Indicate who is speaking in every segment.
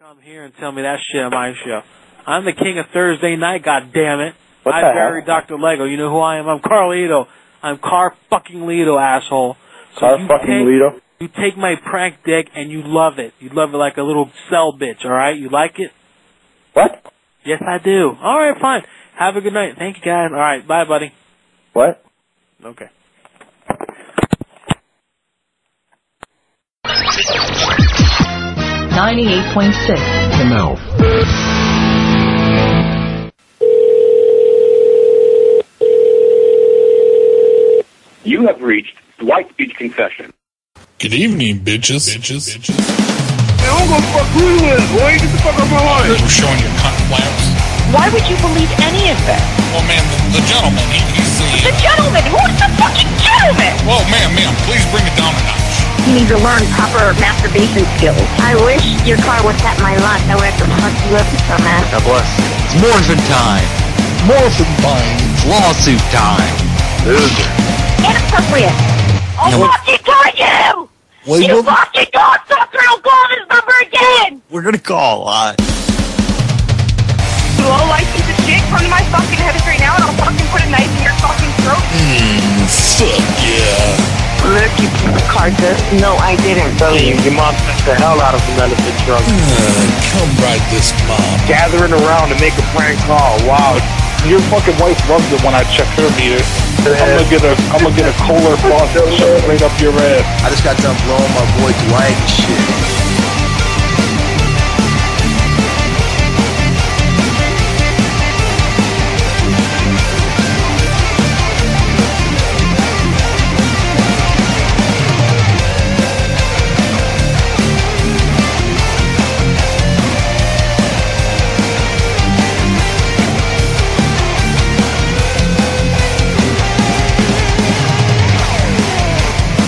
Speaker 1: Come here and tell me that shit on my show. I'm the king of Thursday night, god damn it.
Speaker 2: What
Speaker 1: I
Speaker 2: the
Speaker 1: buried
Speaker 2: hell?
Speaker 1: Dr. Lego. You know who I am? I'm Carlito. I'm Car fucking Lito, asshole. So
Speaker 2: Car
Speaker 1: you
Speaker 2: fucking
Speaker 1: take,
Speaker 2: Lito.
Speaker 1: You take my prank dick and you love it. You love it like a little cell bitch, alright? You like it?
Speaker 2: What?
Speaker 1: Yes, I do. Alright, fine. Have a good night. Thank you, guys. Alright, bye, buddy.
Speaker 2: What?
Speaker 1: Okay.
Speaker 3: Ninety-eight point six.
Speaker 4: The mouth.
Speaker 5: You have reached Dwight's Beach Confession.
Speaker 6: Good evening, bitches. Bitches. bitches.
Speaker 5: I'm gonna fuck who you is, boy. Get the fuck out of my life.
Speaker 6: We're showing you cunt flaps.
Speaker 7: Why would you believe any of this?
Speaker 6: Well, man, the, the gentleman, he, he's the.
Speaker 7: The gentleman! Who's the fucking gentleman?
Speaker 6: Well, ma'am, ma'am, please bring it down a notch.
Speaker 7: You need to learn proper masturbation skills. I wish your car was at my lot. I would have to fuck you up so much.
Speaker 4: It's morphin' time. Morphin' time. Lawsuit time.
Speaker 7: Inappropriate. I'll
Speaker 4: No.
Speaker 7: fucking kill you! You fucking cocksucker! I'll call this number again!
Speaker 4: We're gonna call uh, a lot.
Speaker 7: You all license of shit, come to my fucking house right now and I'll fucking put a knife in your fucking throat.
Speaker 8: Hmm.
Speaker 6: Fuck yeah.
Speaker 7: Look, you piece of carcass. No, I didn't.
Speaker 2: telling you, your mom punched the hell out of another bitch drunk.
Speaker 4: Uh,
Speaker 6: Come ride this mom.
Speaker 2: Gathering around to make a prank call. Wow.
Speaker 9: Your fucking wife loves it when I check her meter. I'm gonna get a I'm gonna get a Kohler faucet and shove it right up your ass.
Speaker 4: I just got done blowing my boy Dwight and shit.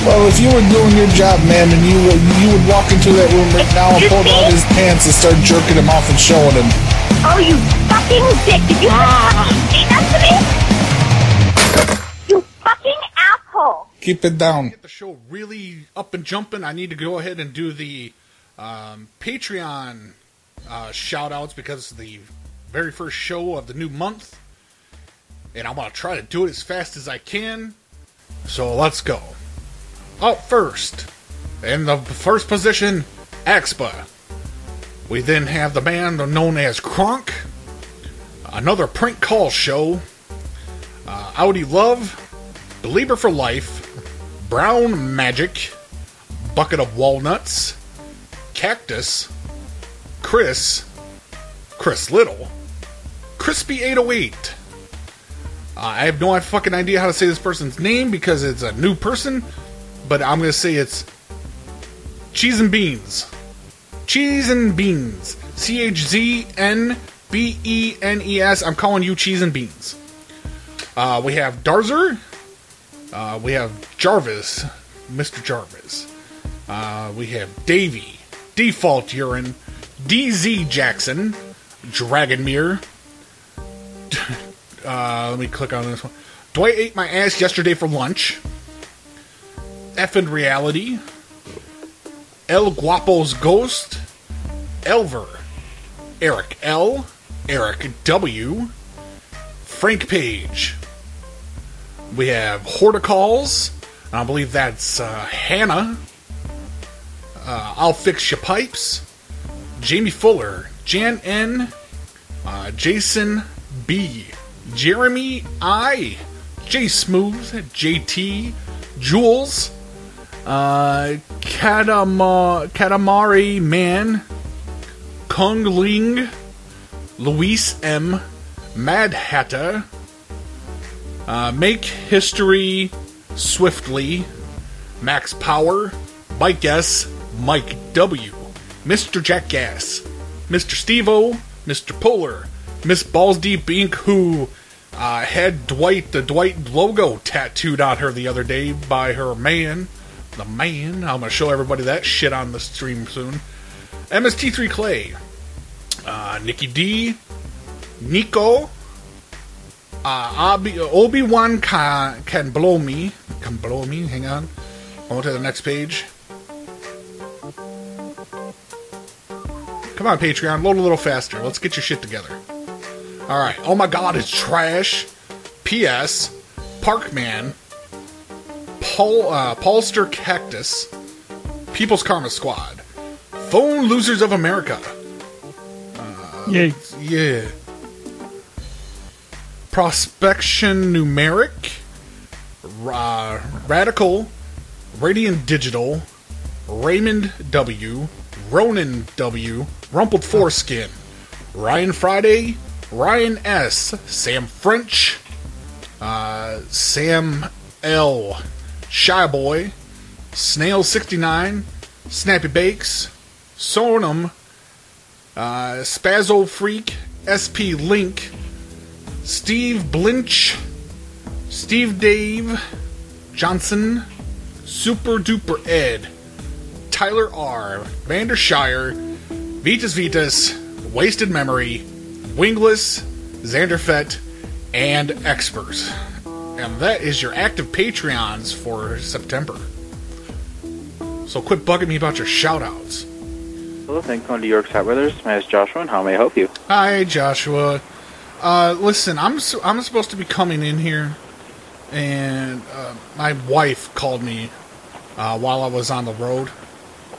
Speaker 9: Well, if you were doing your job, ma'am, and you would you would walk into that room right now and pull down his pants and start jerking him off and showing him.
Speaker 7: Oh, you fucking dick! Did you fucking
Speaker 10: Ah.
Speaker 7: say that to me? You fucking asshole!
Speaker 9: Keep it down.
Speaker 11: get the show really up and jumping, I need to go ahead and do the um, Patreon uh, shout outs because it's the very first show of the new month. And I'm going to try to do it as fast as I can. So let's go. Up first, in the first position, Expa. We then have the man known as Kronk. Another prank call show. Uh, Audi Love. Believer for Life. Brown Magic, Bucket of Walnuts, Cactus, Chris, Chris Little, Crispy 808. Uh, I have no fucking idea how to say this person's name because it's a new person, but I'm going to say it's Cheese and Beans. Cheese and Beans. C H Z N B E N E S. I'm calling you Cheese and Beans. Uh, we have Darzer, uh, we have Jarvis, Mr. Jarvis. Uh, we have Davy, Default Urine, DZ Jackson, Dragonmere. Uh, let me click on this one. Dwight ate my ass yesterday for lunch. F and Reality. El Guapo's Ghost. Elver. Eric L. Eric W. Frank Page. We have Horticalls. I believe that's uh, Hannah. Uh, I'll fix your pipes. Jamie Fuller, Jan N, uh, Jason B, Jeremy I, J Smooth, JT, Jules, uh, Katama- Katamari Man, Kung Ling, Luis M, Mad Hatter. Uh, make history swiftly. Max Power, Mike S, Mike W, Mr. Jackass, Mr. Stevo, Mr. Polar, Miss Balls Deep Inc., who uh, had Dwight the Dwight logo tattooed on her the other day by her man. The man. I'm gonna show everybody that shit on the stream soon. MST3 Clay, uh, Nikki D, Nico, Uh, Obi Wan can, can blow me. Can blow me. Hang on. Go to the next page. Come on, Patreon, load a little faster. Let's get your shit together. All right. Oh my God, it's trash. P.S. Parkman, Paul, uh, Paulster Cactus, People's Karma Squad, Phone Losers of America. Uh,
Speaker 3: Yay.
Speaker 11: Yeah. Prospection numeric, ra- radical, radiant digital, Raymond W, Ronan W, Rumpled Foreskin, Ryan Friday, Ryan S, Sam French, uh, Sam L, Shy Boy, Snail sixty nine, Snappy Bakes, Sonum, uh, Spazzo Freak, SP Link, Steve Blinch, Steve Dave, Johnson, Super Duper Ed, Tyler R, Vander Shire, Vitas Vitas, Wasted Memory, Wingless, Xanderfett, and Expers. And that is your active Patreons for September. So quit bugging me about your shoutouts.
Speaker 12: Hello, thanks for calling to York's Hot Brothers. My name is Joshua, and how may I help you?
Speaker 11: Hi, Joshua. Uh, listen, I'm su- I'm supposed to be coming in here, and uh, my wife called me uh, while I was on the road,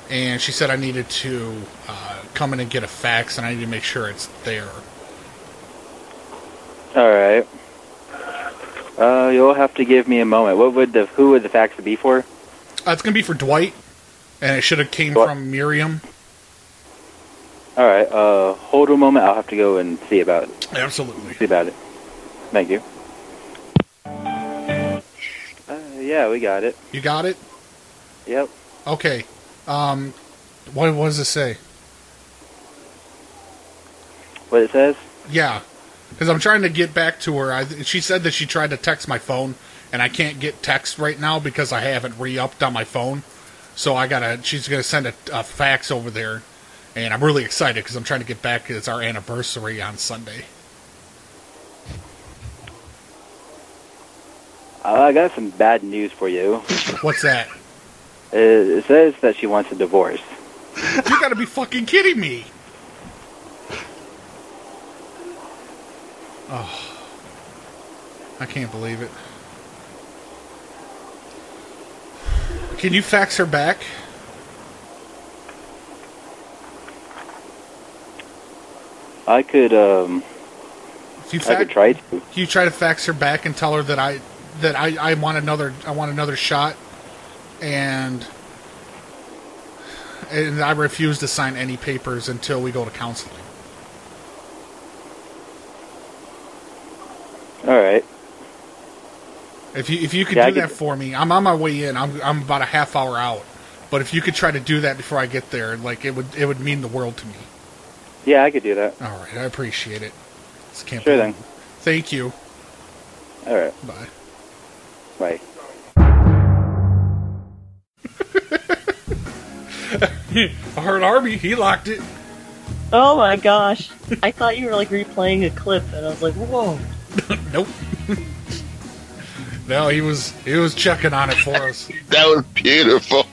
Speaker 11: and she said I needed to uh, come in and get a fax, and I need to make sure it's there.
Speaker 12: All right. Uh, you'll have to give me a moment. What would the who would the fax be for?
Speaker 11: Uh, it's gonna be for Dwight, and it should have came
Speaker 12: Dwight.
Speaker 11: from Miriam.
Speaker 12: All right. Uh, hold a moment. I'll have to go and see about it.
Speaker 11: Absolutely.
Speaker 12: See about it. Thank you. Uh, yeah, we got it.
Speaker 11: You got it.
Speaker 12: Yep.
Speaker 11: Okay. Um, what, what does it say?
Speaker 12: What it says?
Speaker 11: Yeah, because I'm trying to get back to her. I, she said that she tried to text my phone, and I can't get text right now because I haven't re-upped on my phone. So I gotta. She's gonna send a, a fax over there, and I'm really excited because I'm trying to get back. It's our anniversary on Sunday.
Speaker 12: Uh, I got some bad news for you.
Speaker 11: What's that?
Speaker 12: It, it says that she wants a divorce.
Speaker 11: You gotta be fucking kidding me! Oh, I can't believe it. Can you fax her back?
Speaker 12: I could um
Speaker 11: If you
Speaker 12: I could
Speaker 11: fax,
Speaker 12: try to.
Speaker 11: Can you try to fax her back and tell her that I that I, I want another I want another shot and and I refuse to sign any papers until we go to counseling.
Speaker 12: All right.
Speaker 11: If you if you could
Speaker 12: Yeah, I
Speaker 11: do
Speaker 12: could-
Speaker 11: that for me, I'm on my way in. I'm I'm about a half hour out. But if you could try to do that before I get there, like it would it would mean the world to me.
Speaker 12: Yeah, I could do that.
Speaker 11: All right, I appreciate it. This can't
Speaker 12: Sure
Speaker 11: be-
Speaker 12: thing.
Speaker 11: Thank you.
Speaker 12: All right.
Speaker 11: Bye.
Speaker 12: Bye.
Speaker 11: I heard Arby. He locked it.
Speaker 3: Oh my gosh. I thought you were like replaying a clip and I was like, whoa.
Speaker 11: Nope. no, he was he was checking on it for us.
Speaker 4: That was beautiful.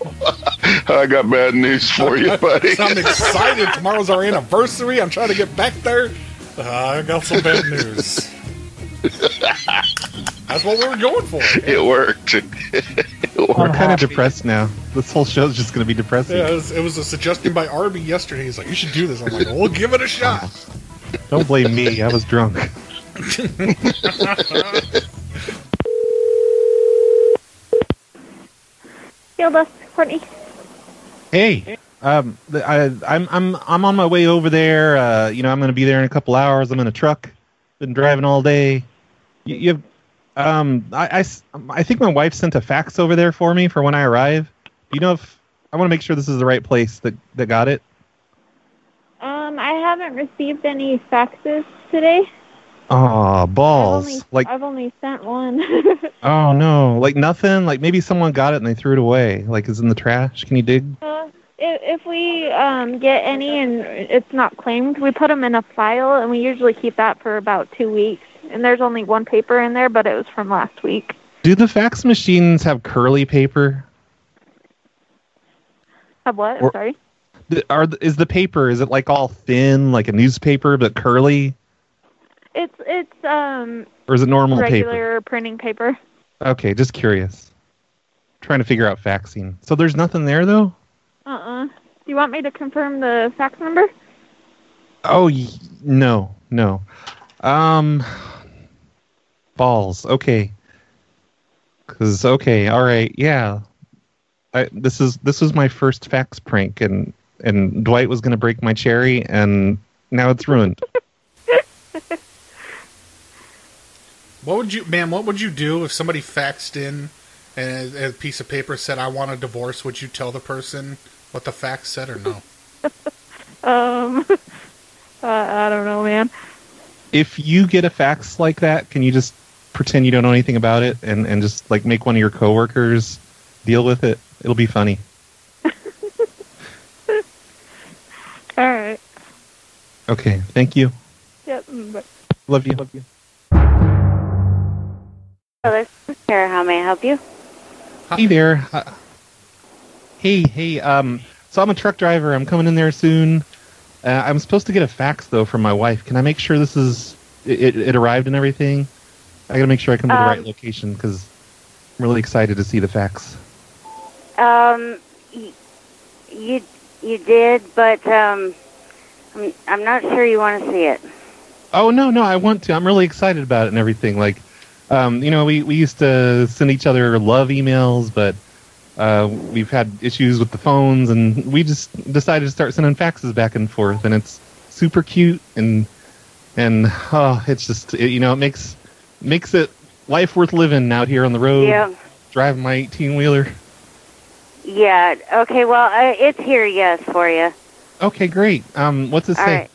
Speaker 4: I got bad news for you, buddy.
Speaker 11: So I'm excited. Tomorrow's our anniversary. I'm trying to get back there. Uh, I got some bad news. That's what we were going for.
Speaker 4: It worked. Oh,
Speaker 3: I'm
Speaker 13: kind of
Speaker 3: happy.
Speaker 13: depressed now. This whole show's just going to be depressing.
Speaker 11: Yeah, it was, it was a suggestion by Arby yesterday. He's like, "You should do this." I'm like, "We'll give it a shot."
Speaker 13: Don't blame me. I was drunk.
Speaker 7: Gilda, Courtney.
Speaker 13: Hey, um, th- I, I'm I'm I'm on my way over there. Uh, you know, I'm going to be there in a couple hours. I'm in a truck. Been driving all day. You, you have, um, I, I s- I think my wife sent a fax over there for me for when I arrive. Do you know if I want to make sure this is the right place that that got it?
Speaker 7: Um, I haven't received any faxes today.
Speaker 13: Oh, balls!
Speaker 7: I've only,
Speaker 13: like,
Speaker 7: I've only sent one.
Speaker 13: oh no, like nothing. Like maybe someone got it and they threw it away. Like, it's in the trash. Can you dig?
Speaker 7: Uh, if, if we um, get any and it's not claimed, we put them in a file, and we usually keep that for about two weeks. And there's only one paper in there, but it was from last week.
Speaker 13: Do the fax machines have curly paper?
Speaker 7: Have what? I'm
Speaker 13: Or-
Speaker 7: sorry.
Speaker 13: th- are th- is the paper is it like all thin like a newspaper but curly
Speaker 7: It's it's um
Speaker 13: or is it normal paper?
Speaker 7: regular printing paper.
Speaker 13: Okay, just curious. Trying to figure out faxing. So there's nothing there though.
Speaker 7: Uh uh Do you want me to confirm the fax number?
Speaker 13: Oh y- no, no. Um, balls. Okay. Cause okay, all right, yeah. I, this is this was my first fax prank, and and Dwight was gonna break my cherry, and now it's ruined.
Speaker 11: What would you, ma'am? What would you do if somebody faxed in and a, a piece of paper said, "I want a divorce"? Would you tell the person what the fax said or no?
Speaker 7: Um I I don't know, man.
Speaker 13: if you get a fax like that, can you just pretend you don't know anything about it and and just like make one of your coworkers deal with it? It'll be funny.
Speaker 7: All right.
Speaker 13: Okay, thank you.
Speaker 7: Yep. mm, but-
Speaker 13: Love you. Love you.
Speaker 14: Hello, here. How may I help you?
Speaker 13: Hey there. Uh, hey, hey. Um, so I'm a truck driver. I'm coming in there soon. Uh, I'm supposed to get a fax though from my wife. Can I make sure this is it, it, it arrived and everything? I gotta make sure I come to the right
Speaker 14: Um.
Speaker 13: location because I'm really excited to see the fax.
Speaker 14: Um, y- you you did, but um, I'm I'm not sure you want to see it.
Speaker 13: Oh no, no, I want to. I'm really excited about it and everything. Like, um, you know, we we used to send each other love emails, but uh, we've had issues with the phones, and we just decided to start sending faxes back and forth, and it's super cute, and and oh, it's just it, you know, it makes makes it life worth living out here on the road,
Speaker 14: Yeah.
Speaker 13: driving my 18 wheeler.
Speaker 14: Yeah. Okay. Well, uh, it's here. Yes, for you.
Speaker 13: Okay, great. Um, what's it
Speaker 14: All
Speaker 13: say?
Speaker 14: right.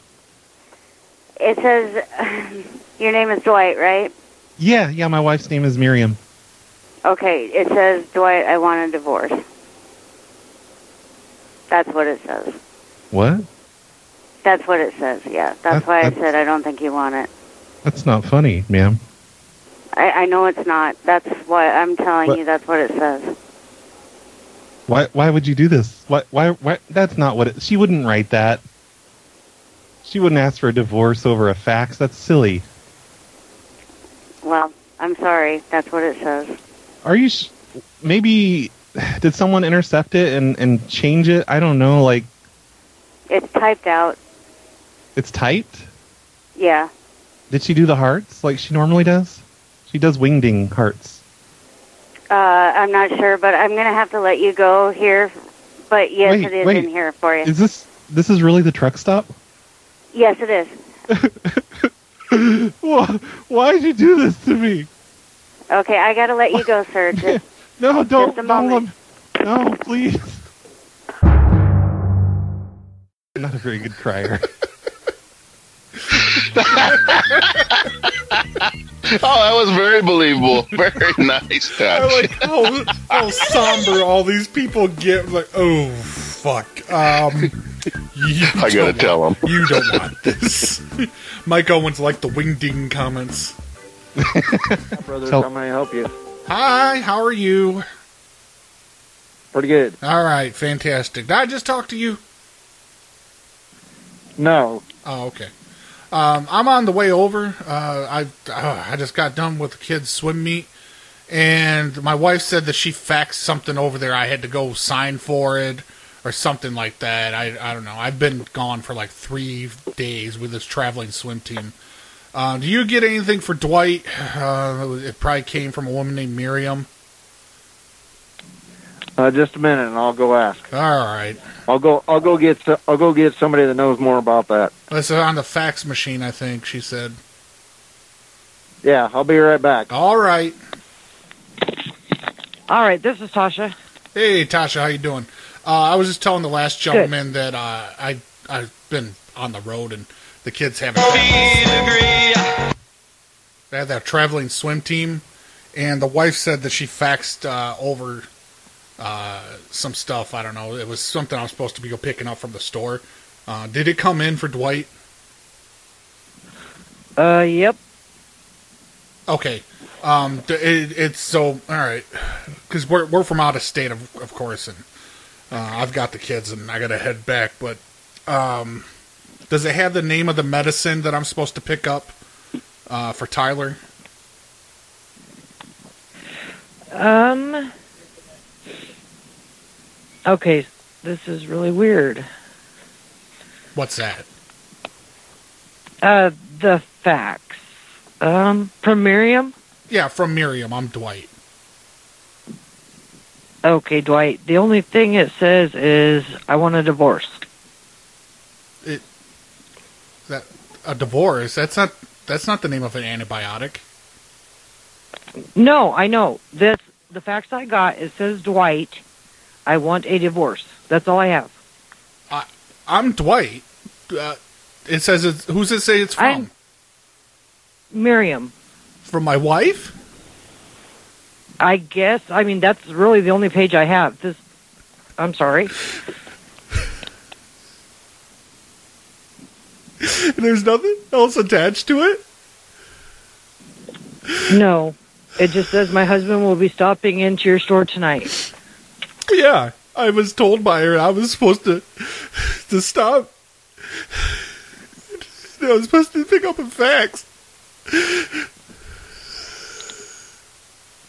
Speaker 14: It says your name is Dwight, right?
Speaker 13: Yeah, yeah. My wife's name is Miriam.
Speaker 14: Okay. It says Dwight, I want a divorce. That's what it says.
Speaker 13: What?
Speaker 14: That's what it says. Yeah. That's
Speaker 13: That-
Speaker 14: why I
Speaker 13: that's-
Speaker 14: said I don't think you want it.
Speaker 13: That's not funny, ma'am.
Speaker 14: I, I know it's not. That's why I'm telling
Speaker 13: What?
Speaker 14: you. That's what it says.
Speaker 13: Why? Why would you do this? Why? Why? why that's not what it, she wouldn't write that. She wouldn't ask for a divorce over a fax. That's silly.
Speaker 14: Well, I'm sorry. That's what it says.
Speaker 13: Are you? Sh- maybe did someone intercept it and and change it? I don't know. Like
Speaker 14: It's typed out.
Speaker 13: it's typed.
Speaker 14: Yeah.
Speaker 13: Did she do the hearts like she normally does? She does wingding hearts.
Speaker 14: Uh, I'm not sure, but I'm gonna have to let you go here. But yes,
Speaker 13: Wait,
Speaker 14: it is
Speaker 13: wait.
Speaker 14: in here for you.
Speaker 13: Is this this is really the truck stop?
Speaker 14: yes, it is.
Speaker 13: why? Why'd you do this to me?
Speaker 14: Okay, I gotta let you go, sir. Just,
Speaker 13: No, don't.
Speaker 14: Just a moment.
Speaker 13: No, no, please. Not a very good crier.
Speaker 4: Oh, that was very believable. Very nice
Speaker 11: I
Speaker 4: touch.
Speaker 11: like how, how somber all these people get. Like, oh fuck. Um, you
Speaker 4: I gotta
Speaker 11: don't-
Speaker 4: tell him.
Speaker 11: You don't want this. Mike Owens liked the wingding comments.
Speaker 10: Brothers,
Speaker 11: Tell-
Speaker 10: how may I help you?
Speaker 11: Hi, how are you?
Speaker 10: Pretty good.
Speaker 11: All right, fantastic. Did I just talk to you?
Speaker 10: No.
Speaker 11: Oh, okay. Um, I'm on the way over. Uh, I uh, I just got done with the kids' swim meet, and my wife said that she faxed something over there. I had to go sign for it or something like that. I I don't know. I've been gone for like three days with this traveling swim team. Uh, do you get anything for Dwight? Uh, it probably came from a woman named Miriam.
Speaker 10: Uh, just a minute, and I'll go ask.
Speaker 11: All right.
Speaker 10: I'll go. I'll go get. so- I'll go get somebody that knows more about that.
Speaker 11: This is on the fax machine, I think she said.
Speaker 10: Yeah, I'll be right back.
Speaker 11: All right.
Speaker 15: All right, this is Tasha.
Speaker 11: Hey, Tasha, how you doing? Uh, I was just telling the last gentleman that uh, I I've been on the road and the kids haven't. They had that traveling swim team, and the wife said that she faxed uh, over uh, some stuff. I don't know. It was something I was supposed to be go picking up from the store. Uh, did it come in for Dwight?
Speaker 15: Uh, yep.
Speaker 11: Okay. Um, th- it, it's so all right because we're we're from out of state, of, of course, and
Speaker 15: Uh, I've got the kids and I gotta head back, but um, does it have the name of the medicine that I'm supposed to pick up uh, for Tyler?
Speaker 10: Um. Okay, this is really weird.
Speaker 15: What's that?
Speaker 10: Uh, the facts. Um, from Miriam.
Speaker 15: Yeah, from Miriam. I'm Dwight.
Speaker 10: Okay, Dwight. The only thing it says is I want a divorce.
Speaker 15: That a divorce? That's not that's not the name of an antibiotic.
Speaker 10: No, I know. This the facts I got. It says Dwight. I want a divorce. That's all I have.
Speaker 15: I'm Dwight. Uh, it says it's, who's it say it's from?
Speaker 10: I'm- Miriam.
Speaker 15: From my wife?
Speaker 10: I guess. I mean, that's really the only page I have. This. I'm sorry.
Speaker 15: There's nothing else attached to it.
Speaker 10: No. It just says my husband will be stopping into your store tonight.
Speaker 15: Yeah, I was told by her I was supposed to to stop. I was supposed to pick up a fax.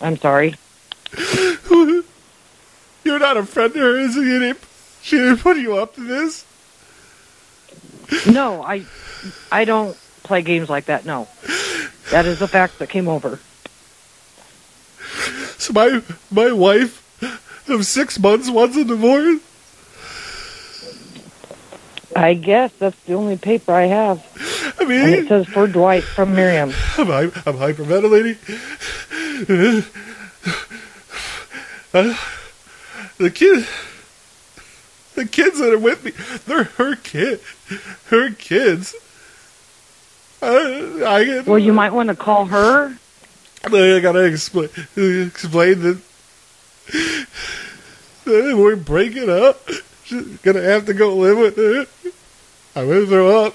Speaker 10: I'm sorry.
Speaker 15: You're not a friend of hers. You didn't, she didn't put you up to this.
Speaker 10: No, I I don't play games like that. No. That is a fact that came over.
Speaker 15: So my my wife of six months wants a divorce.
Speaker 10: I guess that's the only paper I have.
Speaker 15: I mean,
Speaker 10: it says for Dwight from Miriam.
Speaker 15: I'm, hy- I'm hyperventilating. Uh, the kid, the kids that are with me, they're her kid, her kids. I, I
Speaker 10: Well, you might want to call her.
Speaker 15: I gotta explain explain that that we're breaking up. She's gonna have to go live with her. I will throw up.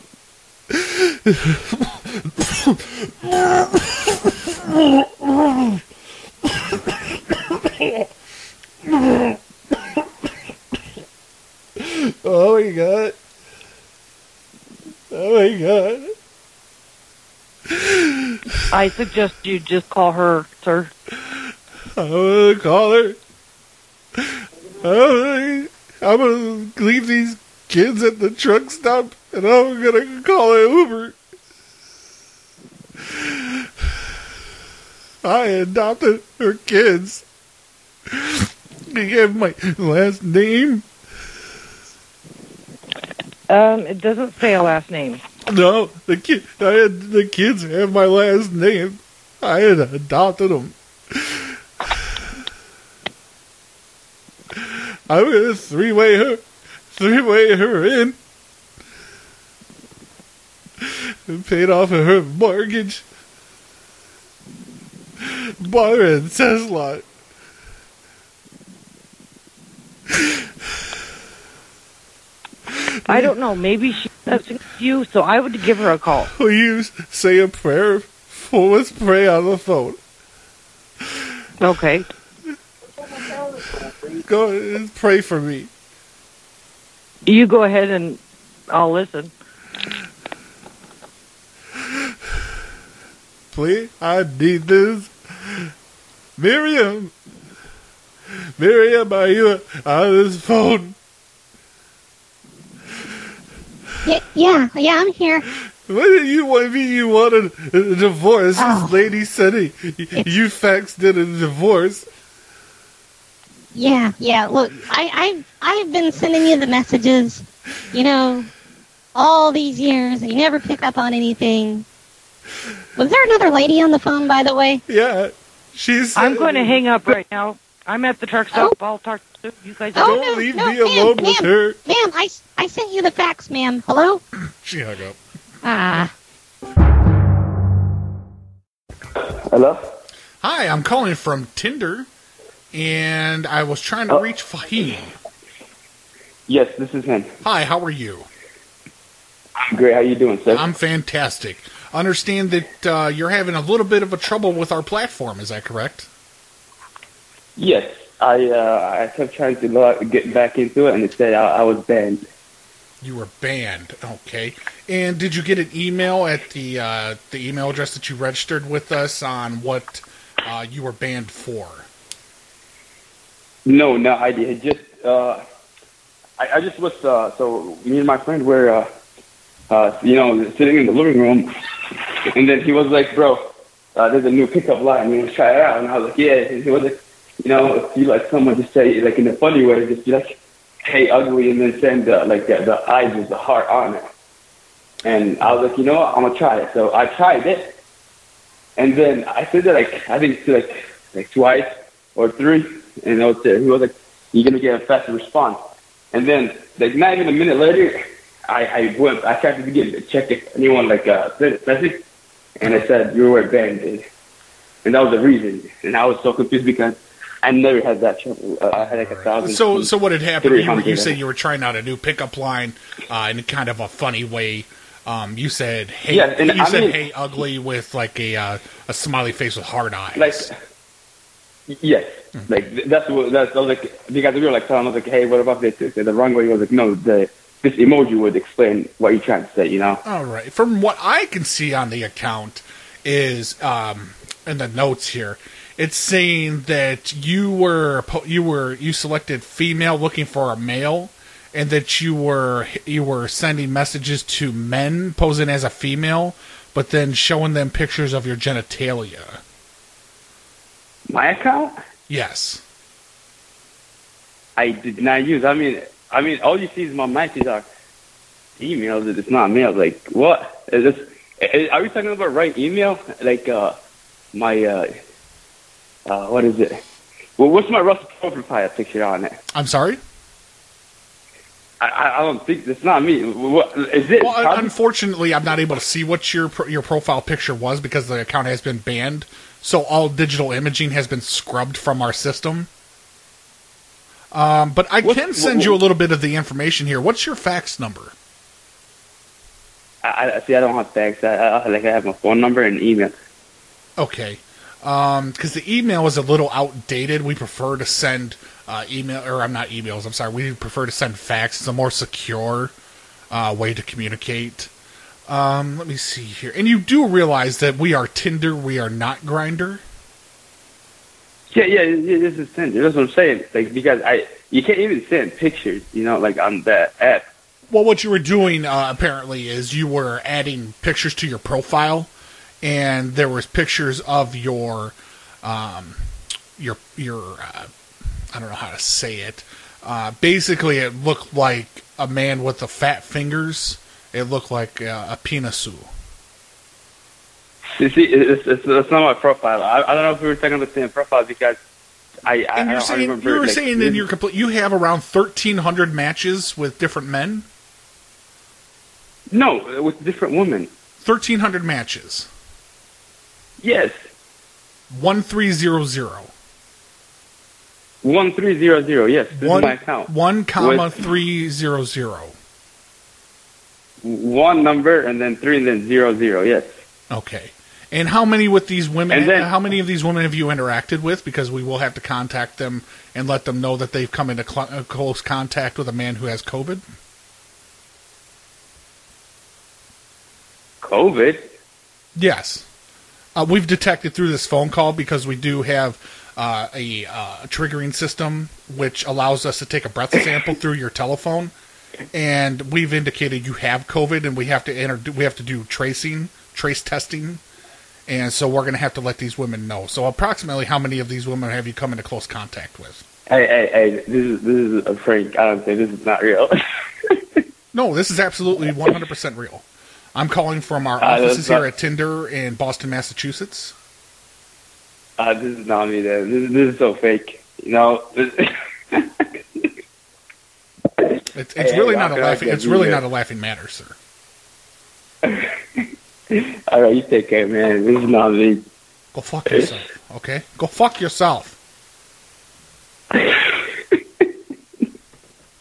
Speaker 15: oh my god! Oh my god!
Speaker 10: I suggest you just call her, sir.
Speaker 15: I'm gonna call her. I'm gonna, I'm gonna leave these kids at the truck stop, and I'm gonna call an Uber. I adopted her kids. They gave my last name.
Speaker 10: Um, it doesn't say a last name.
Speaker 15: No, the kid. I had the kids have my last name. I had adopted them. I'm gonna three way her, three way her in, and paid off her mortgage. Bought her a Tesla.
Speaker 10: I don't know. Maybe she's upset with you, so I would give her a call.
Speaker 15: Will you say a prayer? For let's pray on the phone.
Speaker 10: Okay.
Speaker 15: Go and pray for me.
Speaker 10: You go ahead and I'll listen.
Speaker 15: Please, I need this. Miriam! Miriam, are you on this phone?
Speaker 16: Yeah, yeah, yeah, I'm here.
Speaker 15: What did you want me? You wanted a divorce.
Speaker 16: Oh.
Speaker 15: This lady said it. you faxed in a divorce.
Speaker 16: Yeah, yeah. Look, I, I, I've been sending you the messages, you know, all these years, and you never pick up on anything. Was there another lady on the phone, by the way?
Speaker 15: Yeah, she's.
Speaker 11: uh,
Speaker 10: I'm going to hang up right now. I'm at the truck stop. I'll talk to you guys.
Speaker 16: Oh, no, no, ma'am, ma'am, Ma'am, I, s- I sent you the fax, ma'am. Hello?
Speaker 15: She hung up.
Speaker 16: Ah.
Speaker 15: Hello? Hi, I'm calling from Tinder, and I was trying to reach Fahim.
Speaker 17: Yes, this is him.
Speaker 15: Hi, how are you?
Speaker 17: I'm great. How you doing, sir?
Speaker 15: I'm fantastic. Understand that uh, you're having a little bit of a trouble with our platform. Is that correct?
Speaker 17: yes. I uh, I kept trying to not get back into it, and it said I, I was banned.
Speaker 11: You were banned. Okay. And did you get an email at the uh, the email address that you registered with us on what uh, you were banned for?
Speaker 17: No, no, I did. Just uh, I, I just was uh, so me and my friend were uh, uh, you know sitting in the living room, and then he was like, "Bro, uh, there's a new pickup line. You want to try it out?" And I was like, "Yeah." And he was like, "You know, if you like someone, just say it, like in a funny way, just be like, hey, ugly,' and then send uh, like the, the eyes with the heart on it." And I was like, "You know what? I'm gonna try it." So I tried it, and then I said that like I think like like twice or three, and I was there. He was like, "You're gonna get a fast response." And then like not even a minute later, I I went I tried to get to check if anyone like uh sent a message, and I said you were banned, and, and that was the reason. And I was so confused because I never had that trouble. Uh, I had like a thousand.
Speaker 11: So, so what had happened? You,
Speaker 17: 300.
Speaker 11: you said you were trying out a new pickup line uh, in kind of a funny way. Um, you said, "Hey,"
Speaker 17: Yeah, and
Speaker 11: you
Speaker 17: I
Speaker 11: said,
Speaker 17: mean-
Speaker 11: "Hey, ugly," with like a uh, a smiley face with hard eyes.
Speaker 17: like yes like th- that's what that's I was like because we were like telling us like hey what about this and the wrong way he was like no the this emoji would explain what you're trying to say you know
Speaker 11: All right. From what I can see on the account is um, in the notes here, it's saying that you were po- you were you selected female looking for a male, and that you were you were sending messages to men posing as a female, but then showing them pictures of your genitalia.
Speaker 17: my account
Speaker 11: Yes.
Speaker 17: I did not use I mean I mean all you see is my messages are emails it's not mail like what is this eh, are we talking about right email like uh my uh uh what is it well what's my rough profile picture on it
Speaker 11: I'm sorry.
Speaker 17: I I, I don't think it's not me what is it
Speaker 11: Well,
Speaker 17: How
Speaker 11: un-
Speaker 17: do-
Speaker 11: unfortunately, I'm not able to see what your pro- your profile picture was because the account has been banned. So all digital imaging has been scrubbed from our system. Um, but I can send you a little bit of the information here. What's your fax number?
Speaker 17: I, I see. I don't have fax. I, I like I have my phone number and email.
Speaker 11: Okay. Because the email is a little outdated. We prefer to send uh, email, or I'm not emails, I'm sorry. We prefer to send fax. It's a more secure uh, way to communicate. Um, let me see here. And you do realize that we are Tinder, we are not Grinder.
Speaker 17: Yeah, yeah. yeah, This is Tinder. That's what I'm saying. Like because I you can't even send pictures. You know, like on that app.
Speaker 11: Well, what you were doing uh, apparently is you were adding pictures to your profile, and there was pictures of your, um, your your uh, I don't know how to say it. Uh, basically, it looked like a man with the fat fingers. It looked like uh, a penisu.
Speaker 17: You see, it's, it's, it's not my profile. I, I don't know if we were talking about the same profile because I I,
Speaker 11: And you're
Speaker 17: I don't I
Speaker 11: saying
Speaker 17: remember.
Speaker 11: you were
Speaker 17: like,
Speaker 11: saying in your complete you have around thirteen hundred matches with different men.
Speaker 17: No, uh, with different women.
Speaker 11: Thirteen hundred matches.
Speaker 17: Yes.
Speaker 11: One three zero zero.
Speaker 17: one three zero zero. Yes, this
Speaker 11: One-
Speaker 17: is my account.
Speaker 11: One comma
Speaker 17: With
Speaker 11: three zero zero.
Speaker 17: one number and then three and then zero zero. Yes.
Speaker 11: Okay. And how many with these women?
Speaker 17: And then-
Speaker 11: how many of these women have you interacted with? Because we will have to contact them and let them know that they've come into cl- uh, close contact with a man who has COVID.
Speaker 17: COVID.
Speaker 11: Yes, uh, we've detected through this phone call because we do have uh, a uh, triggering system which allows us to take a breath sample through your telephone, and we've indicated you have COVID, and we have to enter, we have to do tracing, trace testing, and so we're going to have to let these women know. So, approximately, how many of these women have you come into close contact with?
Speaker 17: Hey, hey, hey! This is this is a prank. I don't think this is not real.
Speaker 11: No, this is absolutely 100% real. I'm calling from our
Speaker 17: Uh, that's
Speaker 11: offices here
Speaker 17: not-
Speaker 11: at Tinder in Boston, Massachusetts.
Speaker 17: Uh, this is not me, then. This, this is so fake. You know?
Speaker 11: It's, it's really not a laughing. It's really not a laughing matter, sir.
Speaker 17: All right, you take care, man. This is not me.
Speaker 11: Go fuck yourself. Okay, go fuck yourself.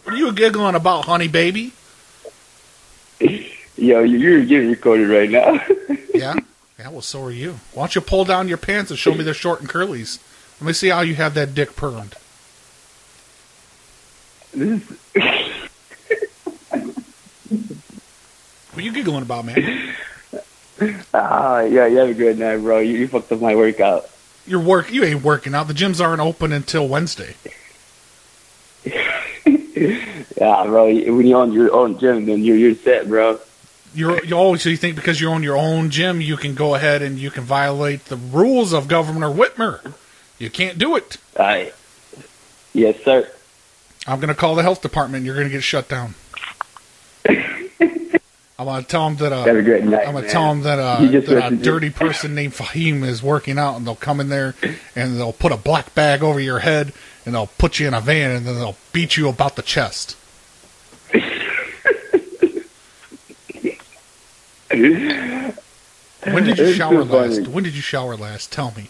Speaker 11: what are you giggling about, honey baby?
Speaker 17: Yo, you- you're getting recorded right now.
Speaker 11: Yeah, yeah. Well, so are you. Why don't you pull down your pants and show me they're short and curlies? Let me see how you have that dick permed.
Speaker 17: This is,
Speaker 11: What are you giggling about, man?
Speaker 17: ah, yeah, you have a good night, bro. You, you fucked up my workout.
Speaker 11: You're work. You ain't working out. The gyms aren't open until Wednesday.
Speaker 17: Yeah, bro. you- When you own your own gym, then you're, you're set, bro.
Speaker 11: You're, you oh, so you think because you own your own gym, you can go ahead and you can violate the rules of Governor Whitmer? You can't do it.
Speaker 17: I, yes, sir.
Speaker 11: I'm going to call the health department. You're going to get shut down. I'm going to tell them that. Uh,
Speaker 17: Have a great night,
Speaker 11: I'm going to
Speaker 17: man.
Speaker 11: tell them that, uh,
Speaker 17: You just
Speaker 11: that a
Speaker 17: listened to-
Speaker 11: dirty person named Fahim is working out, and they'll come in there and they'll put a black bag over your head, and they'll put you in a van, and then they'll beat you about the chest. When did you
Speaker 17: It's
Speaker 11: shower
Speaker 17: so funny.
Speaker 11: last? When did you shower last? Tell me.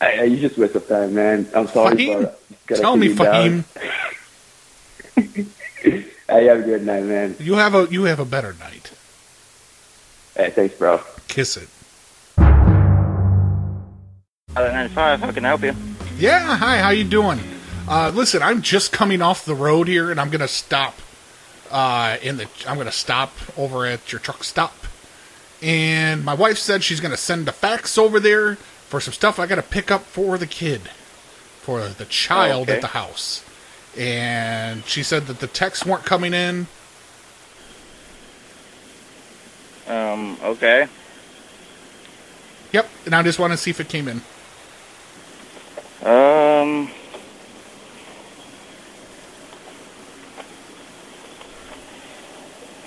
Speaker 17: I, I, you just waste of time, man. I'm sorry,
Speaker 11: Fahim,
Speaker 17: bro. Gotta
Speaker 11: tell
Speaker 17: put
Speaker 11: me,
Speaker 17: you down. Hey, have a good night, man.
Speaker 11: You have a you have a better night.
Speaker 17: Hey, thanks, bro.
Speaker 11: Kiss it.
Speaker 18: Other than five, how can I help you?
Speaker 11: Yeah, hi, how you doing? Uh, listen, I'm just coming off the road here, and I'm gonna stop. Uh, in the I'm gonna stop over at your truck stop, and my wife said she's gonna send a fax over there for some stuff I gotta pick up for the kid, for the child
Speaker 17: okay.
Speaker 11: at the house, and she said that the texts weren't coming in.
Speaker 18: Um, okay.
Speaker 11: Yep, and I just want to see if it came in.
Speaker 18: Um.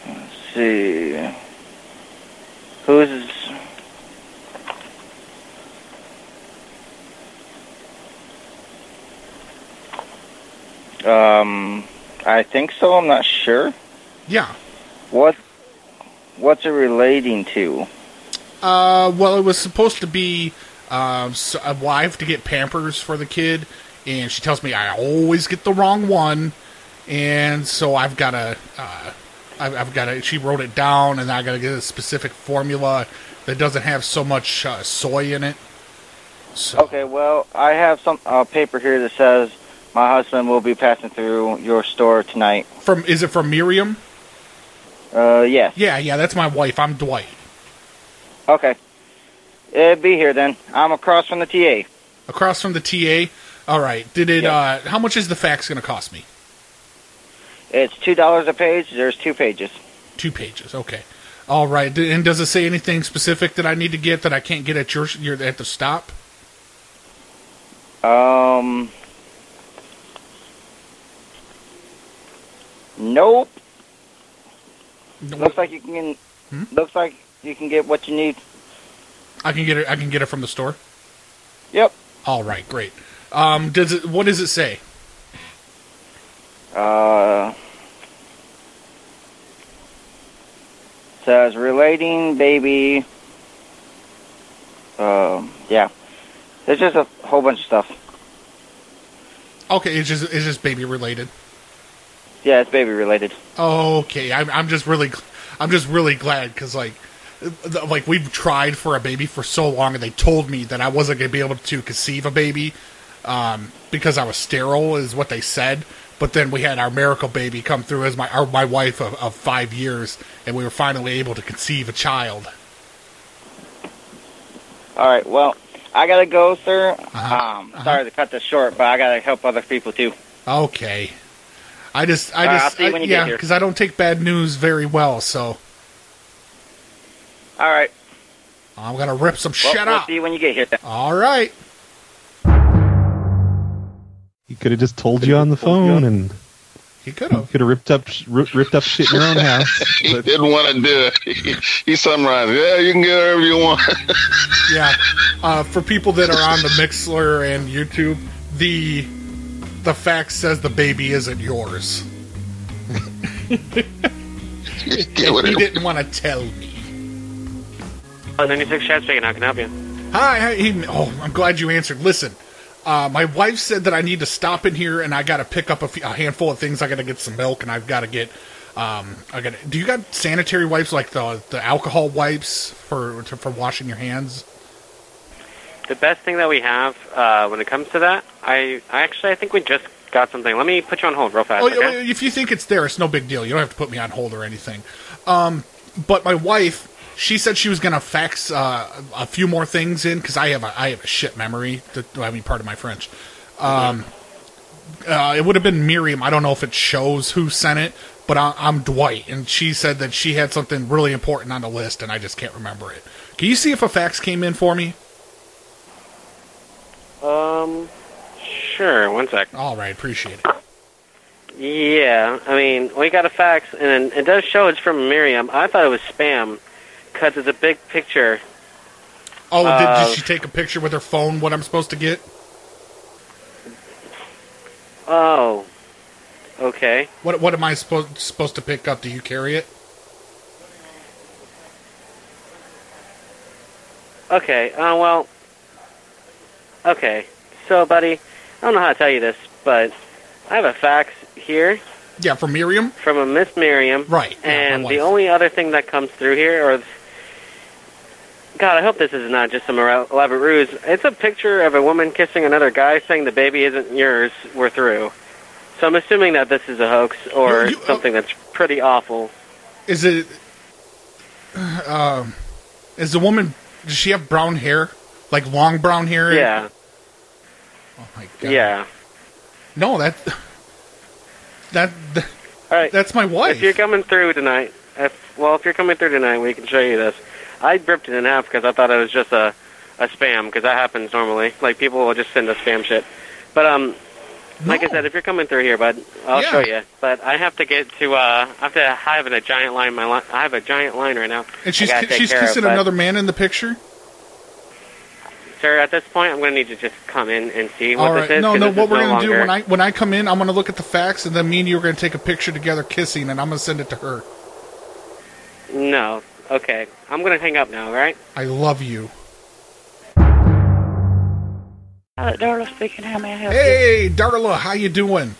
Speaker 18: Let's see. Who's. Um, I think so. I'm not sure.
Speaker 11: Yeah.
Speaker 18: What? What's it relating to?
Speaker 11: Uh, well, it was supposed to be um, s uh, well, I have to get Pampers for the kid, and she tells me I always get the wrong one, and so I've got to, uh, I've, I've got to. She wrote it down, and I got to get a specific formula that doesn't have so much uh, soy in it. So,
Speaker 18: Okay, well, I have some uh, paper here that says my husband will be passing through your store tonight.
Speaker 11: from is it from Miriam?
Speaker 18: Uh, yes.
Speaker 11: Yeah, yeah, that's my wife. I'm Dwight.
Speaker 18: Okay. It'd be here then. I'm across from the TA.
Speaker 11: Across from the TA. All right. Did it? Uh, how much is the fax going to cost me?
Speaker 18: It's two dollars a page. There's two pages.
Speaker 11: Two pages. Okay. All right. D- And does it say anything specific that I need to get that I can't get at your, your at the stop?
Speaker 18: Um. Nope. Looks like you can.
Speaker 11: Hmm?
Speaker 18: Looks like you can get what you need.
Speaker 11: I can get it. I can get it from the store.
Speaker 18: Yep.
Speaker 11: All right. Great. Um. Does it? What does it say?
Speaker 18: Uh, says relating baby. Um, yeah, there's just a whole bunch of stuff.
Speaker 11: Okay. It's just it's just baby related.
Speaker 18: Yeah, it's baby related.
Speaker 11: Okay. I'm I'm just really I'm just really glad because like th- like we've tried for a baby for so long and they told me that I wasn't gonna be able to conceive a baby, um, because I was sterile is what they said. But then we had our miracle baby come through as my our, my wife of, of five years, and we were finally able to conceive a child.
Speaker 18: All right, well, I gotta go, sir.
Speaker 11: Uh-huh.
Speaker 18: Um, sorry to cut this short, but I gotta help other people too.
Speaker 11: Okay. I just, I
Speaker 18: All right,
Speaker 11: just,
Speaker 18: I'll see you
Speaker 11: I-
Speaker 18: when you
Speaker 11: yeah,
Speaker 18: get here.
Speaker 11: because I don't take bad news very well, so
Speaker 18: All right.
Speaker 11: I'm gonna rip some
Speaker 18: well,
Speaker 11: shit
Speaker 18: we'll
Speaker 11: up.
Speaker 18: See you when you get here. Then.
Speaker 11: All right.
Speaker 13: He could have just told you on the phone, and
Speaker 11: he could have
Speaker 13: could have ripped up sh- ri- ripped up shit in your own house.
Speaker 4: he didn't want to do it. He, he summarized, yeah, you can get whatever you want.
Speaker 11: yeah. Uh, for people that are on the Mixler and YouTube, the the fact says the baby isn't yours. he didn't want to tell me.
Speaker 19: 96 Chad speaking. How can I help you?
Speaker 11: Hi, hi he, oh, I'm glad you answered. Listen, uh, my wife said that I need to stop in here and I got to pick up a, few, a handful of things. I got to get some milk and I've got to get. Um, I got. Do you got sanitary wipes like the the alcohol wipes for to, for washing your hands?
Speaker 19: The best thing that we have uh, when it comes to that, I, I actually I think we just got something. Let me put you on hold real fast.
Speaker 11: Oh,
Speaker 19: okay?
Speaker 11: yeah, if you think it's there, it's no big deal. You don't have to put me on hold or anything. Um, but my wife, she said she was gonna fax uh, a few more things in because I have a I have a shit memory. That, I mean, part of my French. Um, uh, it would have been Miriam. I don't know if it shows who sent it, but I, I'm Dwight, and she said that she had something really important on the list, and I just can't remember it. Can you see if a fax came in for me?
Speaker 19: Um, sure. One sec.
Speaker 11: All right, appreciate it.
Speaker 19: Yeah, I mean, we got a fax, and it does show it's from Miriam. I thought it was spam because it's a big picture.
Speaker 11: Oh, did,
Speaker 19: Uh,
Speaker 11: did she take a picture with her phone? What I'm supposed to get?
Speaker 19: Oh, okay.
Speaker 11: What what am I supposed supposed to pick up? Do you carry it?
Speaker 19: Okay, uh, well, okay. So, buddy, I don't know how to tell you this, but I have a fax here
Speaker 11: Yeah, from Miriam.
Speaker 19: from a Miss Miriam.
Speaker 11: Right.
Speaker 19: And the only other thing that comes through here, or God, I hope this is not just some elaborate elaborate ruse. It's a picture of a woman kissing another guy, saying the baby isn't yours. We're through. So I'm assuming that this is a hoax or
Speaker 11: oh.
Speaker 19: something that's pretty awful.
Speaker 11: Is it? Um, is the woman? Does she have brown hair? Like long brown hair?
Speaker 19: Yeah.
Speaker 11: Oh my god.
Speaker 19: Yeah.
Speaker 11: No, that. That. that
Speaker 19: All right.
Speaker 11: That's my wife.
Speaker 19: If you're coming through tonight, if well, if you're coming through tonight, we can show you this. I ripped it in half because I thought it was just a a spam because that happens normally. Like people will just send us spam shit. But um, like I said, if you're coming through here, bud, I'll
Speaker 11: Yeah.
Speaker 19: show you. But I have to get to uh, I have to I have a giant line. in My li- I have a giant line right now.
Speaker 11: and she's
Speaker 19: I gotta
Speaker 11: ki-
Speaker 19: take
Speaker 11: she's
Speaker 19: care of,
Speaker 11: kissing
Speaker 19: but-
Speaker 11: another man in the picture.
Speaker 19: Sir, at this point, I'm gonna need you to just come in and see what
Speaker 11: All right.
Speaker 19: this is.
Speaker 11: no,
Speaker 19: 'cause
Speaker 11: no.
Speaker 19: this
Speaker 11: What
Speaker 19: is
Speaker 11: we're
Speaker 19: no
Speaker 11: gonna do
Speaker 19: longer-
Speaker 11: when I when I come in, I'm gonna look at the facts, and then me and you are gonna take a picture together kissing, and I'm gonna send it to her.
Speaker 19: no. Okay, I'm gonna hang up now. All right.
Speaker 11: I love you.
Speaker 20: Darla speaking. How may I help you?
Speaker 11: Hey, Darla, how you doing?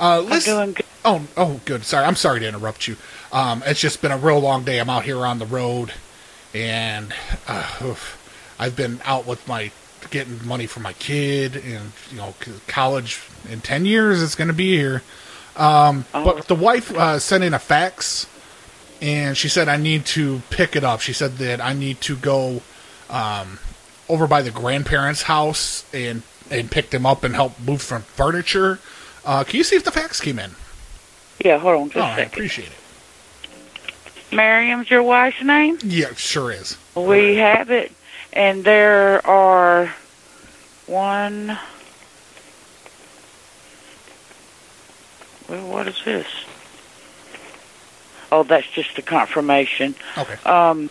Speaker 11: Uh, listen,
Speaker 20: doing good.
Speaker 11: Oh, oh, good. Sorry, I'm sorry to interrupt you. Um, it's just been a real long day. I'm out here on the road, and uh, oof, I've been out with my getting money for my kid, and you know, c- college in ten years it's going to be here. Um,
Speaker 20: Oh.
Speaker 11: But the wife uh, sent in a fax, and she said I need to pick it up. She said that I need to go um, over by the grandparents' house and and pick them up and help move some furniture. Uh, can you see if the fax came in?
Speaker 20: Yeah, hold on just
Speaker 11: Oh,
Speaker 20: a
Speaker 11: I
Speaker 20: second.
Speaker 11: appreciate it.
Speaker 20: Miriam's your wife's name?
Speaker 11: Yeah, it sure is.
Speaker 20: We have it. And there are one. Well, what is this? Oh, that's just a confirmation.
Speaker 11: Okay.
Speaker 20: Um.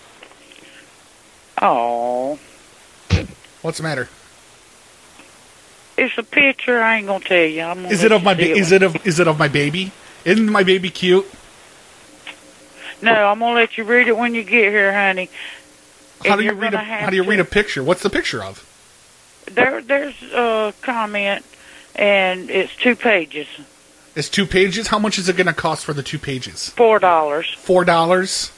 Speaker 20: Oh,
Speaker 11: What's the matter?
Speaker 20: it's a picture. I ain't gonna tell you. I'm gonna
Speaker 11: Is it
Speaker 20: let
Speaker 11: of my
Speaker 20: you see
Speaker 11: ba- is it of is it of my baby? Isn't my baby cute?
Speaker 20: No, I'm gonna let you read it when you get here, honey.
Speaker 11: How
Speaker 20: And
Speaker 11: do you
Speaker 20: you're
Speaker 11: read a
Speaker 20: gonna have
Speaker 11: how do you
Speaker 20: to-
Speaker 11: read a picture? What's the picture of?
Speaker 20: There, there's a comment, and it's two pages,
Speaker 11: It's two pages. How much is it going to cost for the two pages?
Speaker 20: four dollars.
Speaker 11: Four dollars.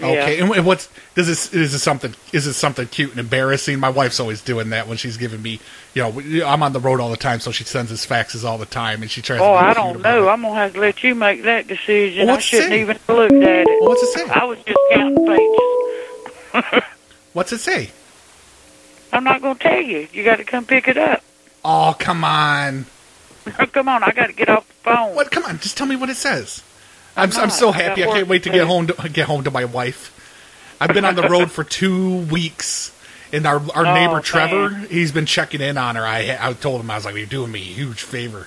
Speaker 11: Okay.
Speaker 20: Yeah.
Speaker 11: And wh- And what's does this is it something is it something cute and embarrassing? My wife's always doing that when she's giving me, you know, we- I'm on the road all the time, so she sends us faxes all the time, and she tries. to
Speaker 20: Oh,
Speaker 11: be
Speaker 20: I
Speaker 11: cute
Speaker 20: don't
Speaker 11: about
Speaker 20: know. I'm gonna have to let you make that decision.
Speaker 11: Well,
Speaker 20: I
Speaker 11: what's it
Speaker 20: shouldn't
Speaker 11: say?
Speaker 20: even have looked at it.
Speaker 11: What's it say?
Speaker 20: I was just counting pages.
Speaker 11: it. What's it say?
Speaker 20: I'm not gonna tell you. You got to come pick it up.
Speaker 11: Oh, come on.
Speaker 20: come on, I got to get off the phone.
Speaker 11: What? Come on, just tell me what it says. I'm,
Speaker 20: I'm
Speaker 11: I'm
Speaker 20: not.
Speaker 11: so
Speaker 20: I got
Speaker 11: happy. I can't
Speaker 20: work
Speaker 11: wait to
Speaker 20: to
Speaker 11: get
Speaker 20: do.
Speaker 11: home to get home to my wife. I've been on the road for two weeks, and our our
Speaker 20: Oh,
Speaker 11: neighbor Trevor,
Speaker 20: man.
Speaker 11: he's been checking in on her. I I told him I was like, you're doing me a huge favor.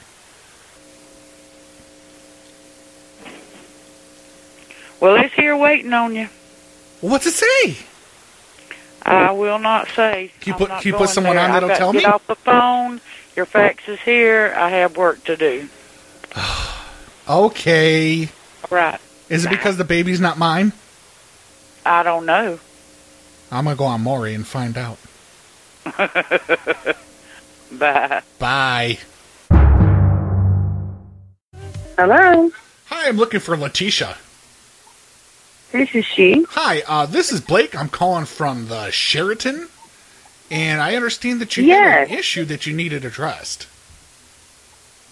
Speaker 20: Well, it's here waiting on you.
Speaker 11: What's it say?
Speaker 20: I will not say.
Speaker 11: Can you
Speaker 20: I'm
Speaker 11: put-
Speaker 20: not
Speaker 11: can you put
Speaker 20: going
Speaker 11: someone
Speaker 20: there.
Speaker 11: on
Speaker 20: I
Speaker 11: that'll
Speaker 20: got to
Speaker 11: tell me?
Speaker 20: Get off the phone. Your fax is here. I have work to do.
Speaker 11: Okay,
Speaker 20: All right.
Speaker 11: is it because the baby's not mine?
Speaker 20: I don't know.
Speaker 11: I'm gonna go on Maury and find out.
Speaker 20: Bye.
Speaker 11: Bye.
Speaker 21: Hello,
Speaker 11: Hi, I'm looking for Letitia.
Speaker 21: this is she.
Speaker 11: Hi, uh, this is Blake. I'm calling from the Sheraton, and I understand that you had an issue that you needed addressed.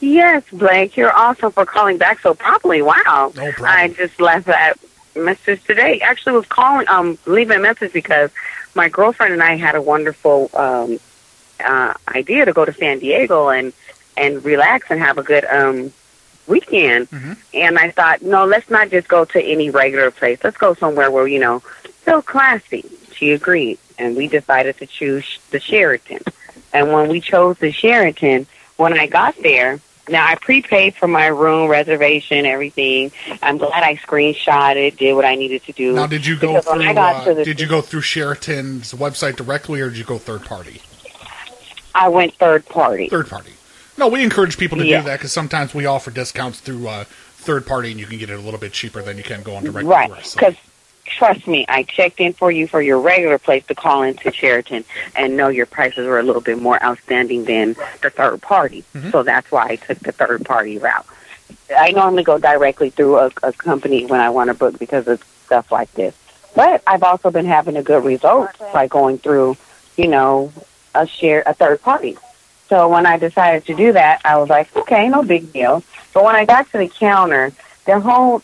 Speaker 21: Yes, Blake, you're also for calling back so promptly. Wow.
Speaker 11: No problem.
Speaker 21: I just left that message today. Actually was calling um leaving a message because my girlfriend and I had a wonderful um uh idea to go to San Diego and and relax and have a good um weekend.
Speaker 11: Mm-hmm.
Speaker 21: And I thought, no, let's not just go to any regular place. Let's go somewhere where, you know, still classy. She agreed. And we decided to choose the Sheraton. And when we chose the Sheraton, when I got there, now I prepaid for my room reservation, everything. I'm glad I screenshot it, did what I needed to do.
Speaker 11: Now, did you go
Speaker 21: Because
Speaker 11: through?
Speaker 21: when I got
Speaker 11: uh,
Speaker 21: to the,
Speaker 11: did you go through Sheraton's website directly, or did you go third party?
Speaker 21: I went third party.
Speaker 11: Third party. No, we encourage people to
Speaker 21: Yeah.
Speaker 11: do that because sometimes we offer discounts through uh, third party, and you can get it a little bit cheaper than you can go on direct.
Speaker 21: Right,
Speaker 11: through us.
Speaker 21: because trust me, I checked in for you for your regular place to call into Sheraton, and know your prices were a little bit more outstanding than the third party.
Speaker 11: Mm-hmm.
Speaker 21: So that's why I took the third party route. I normally go directly through a, a company when I want to book because of stuff like this. But I've also been having a good result by going through, you know, a share a third party. So when I decided to do that, I was like, okay, no big deal. But when I got to the counter, the whole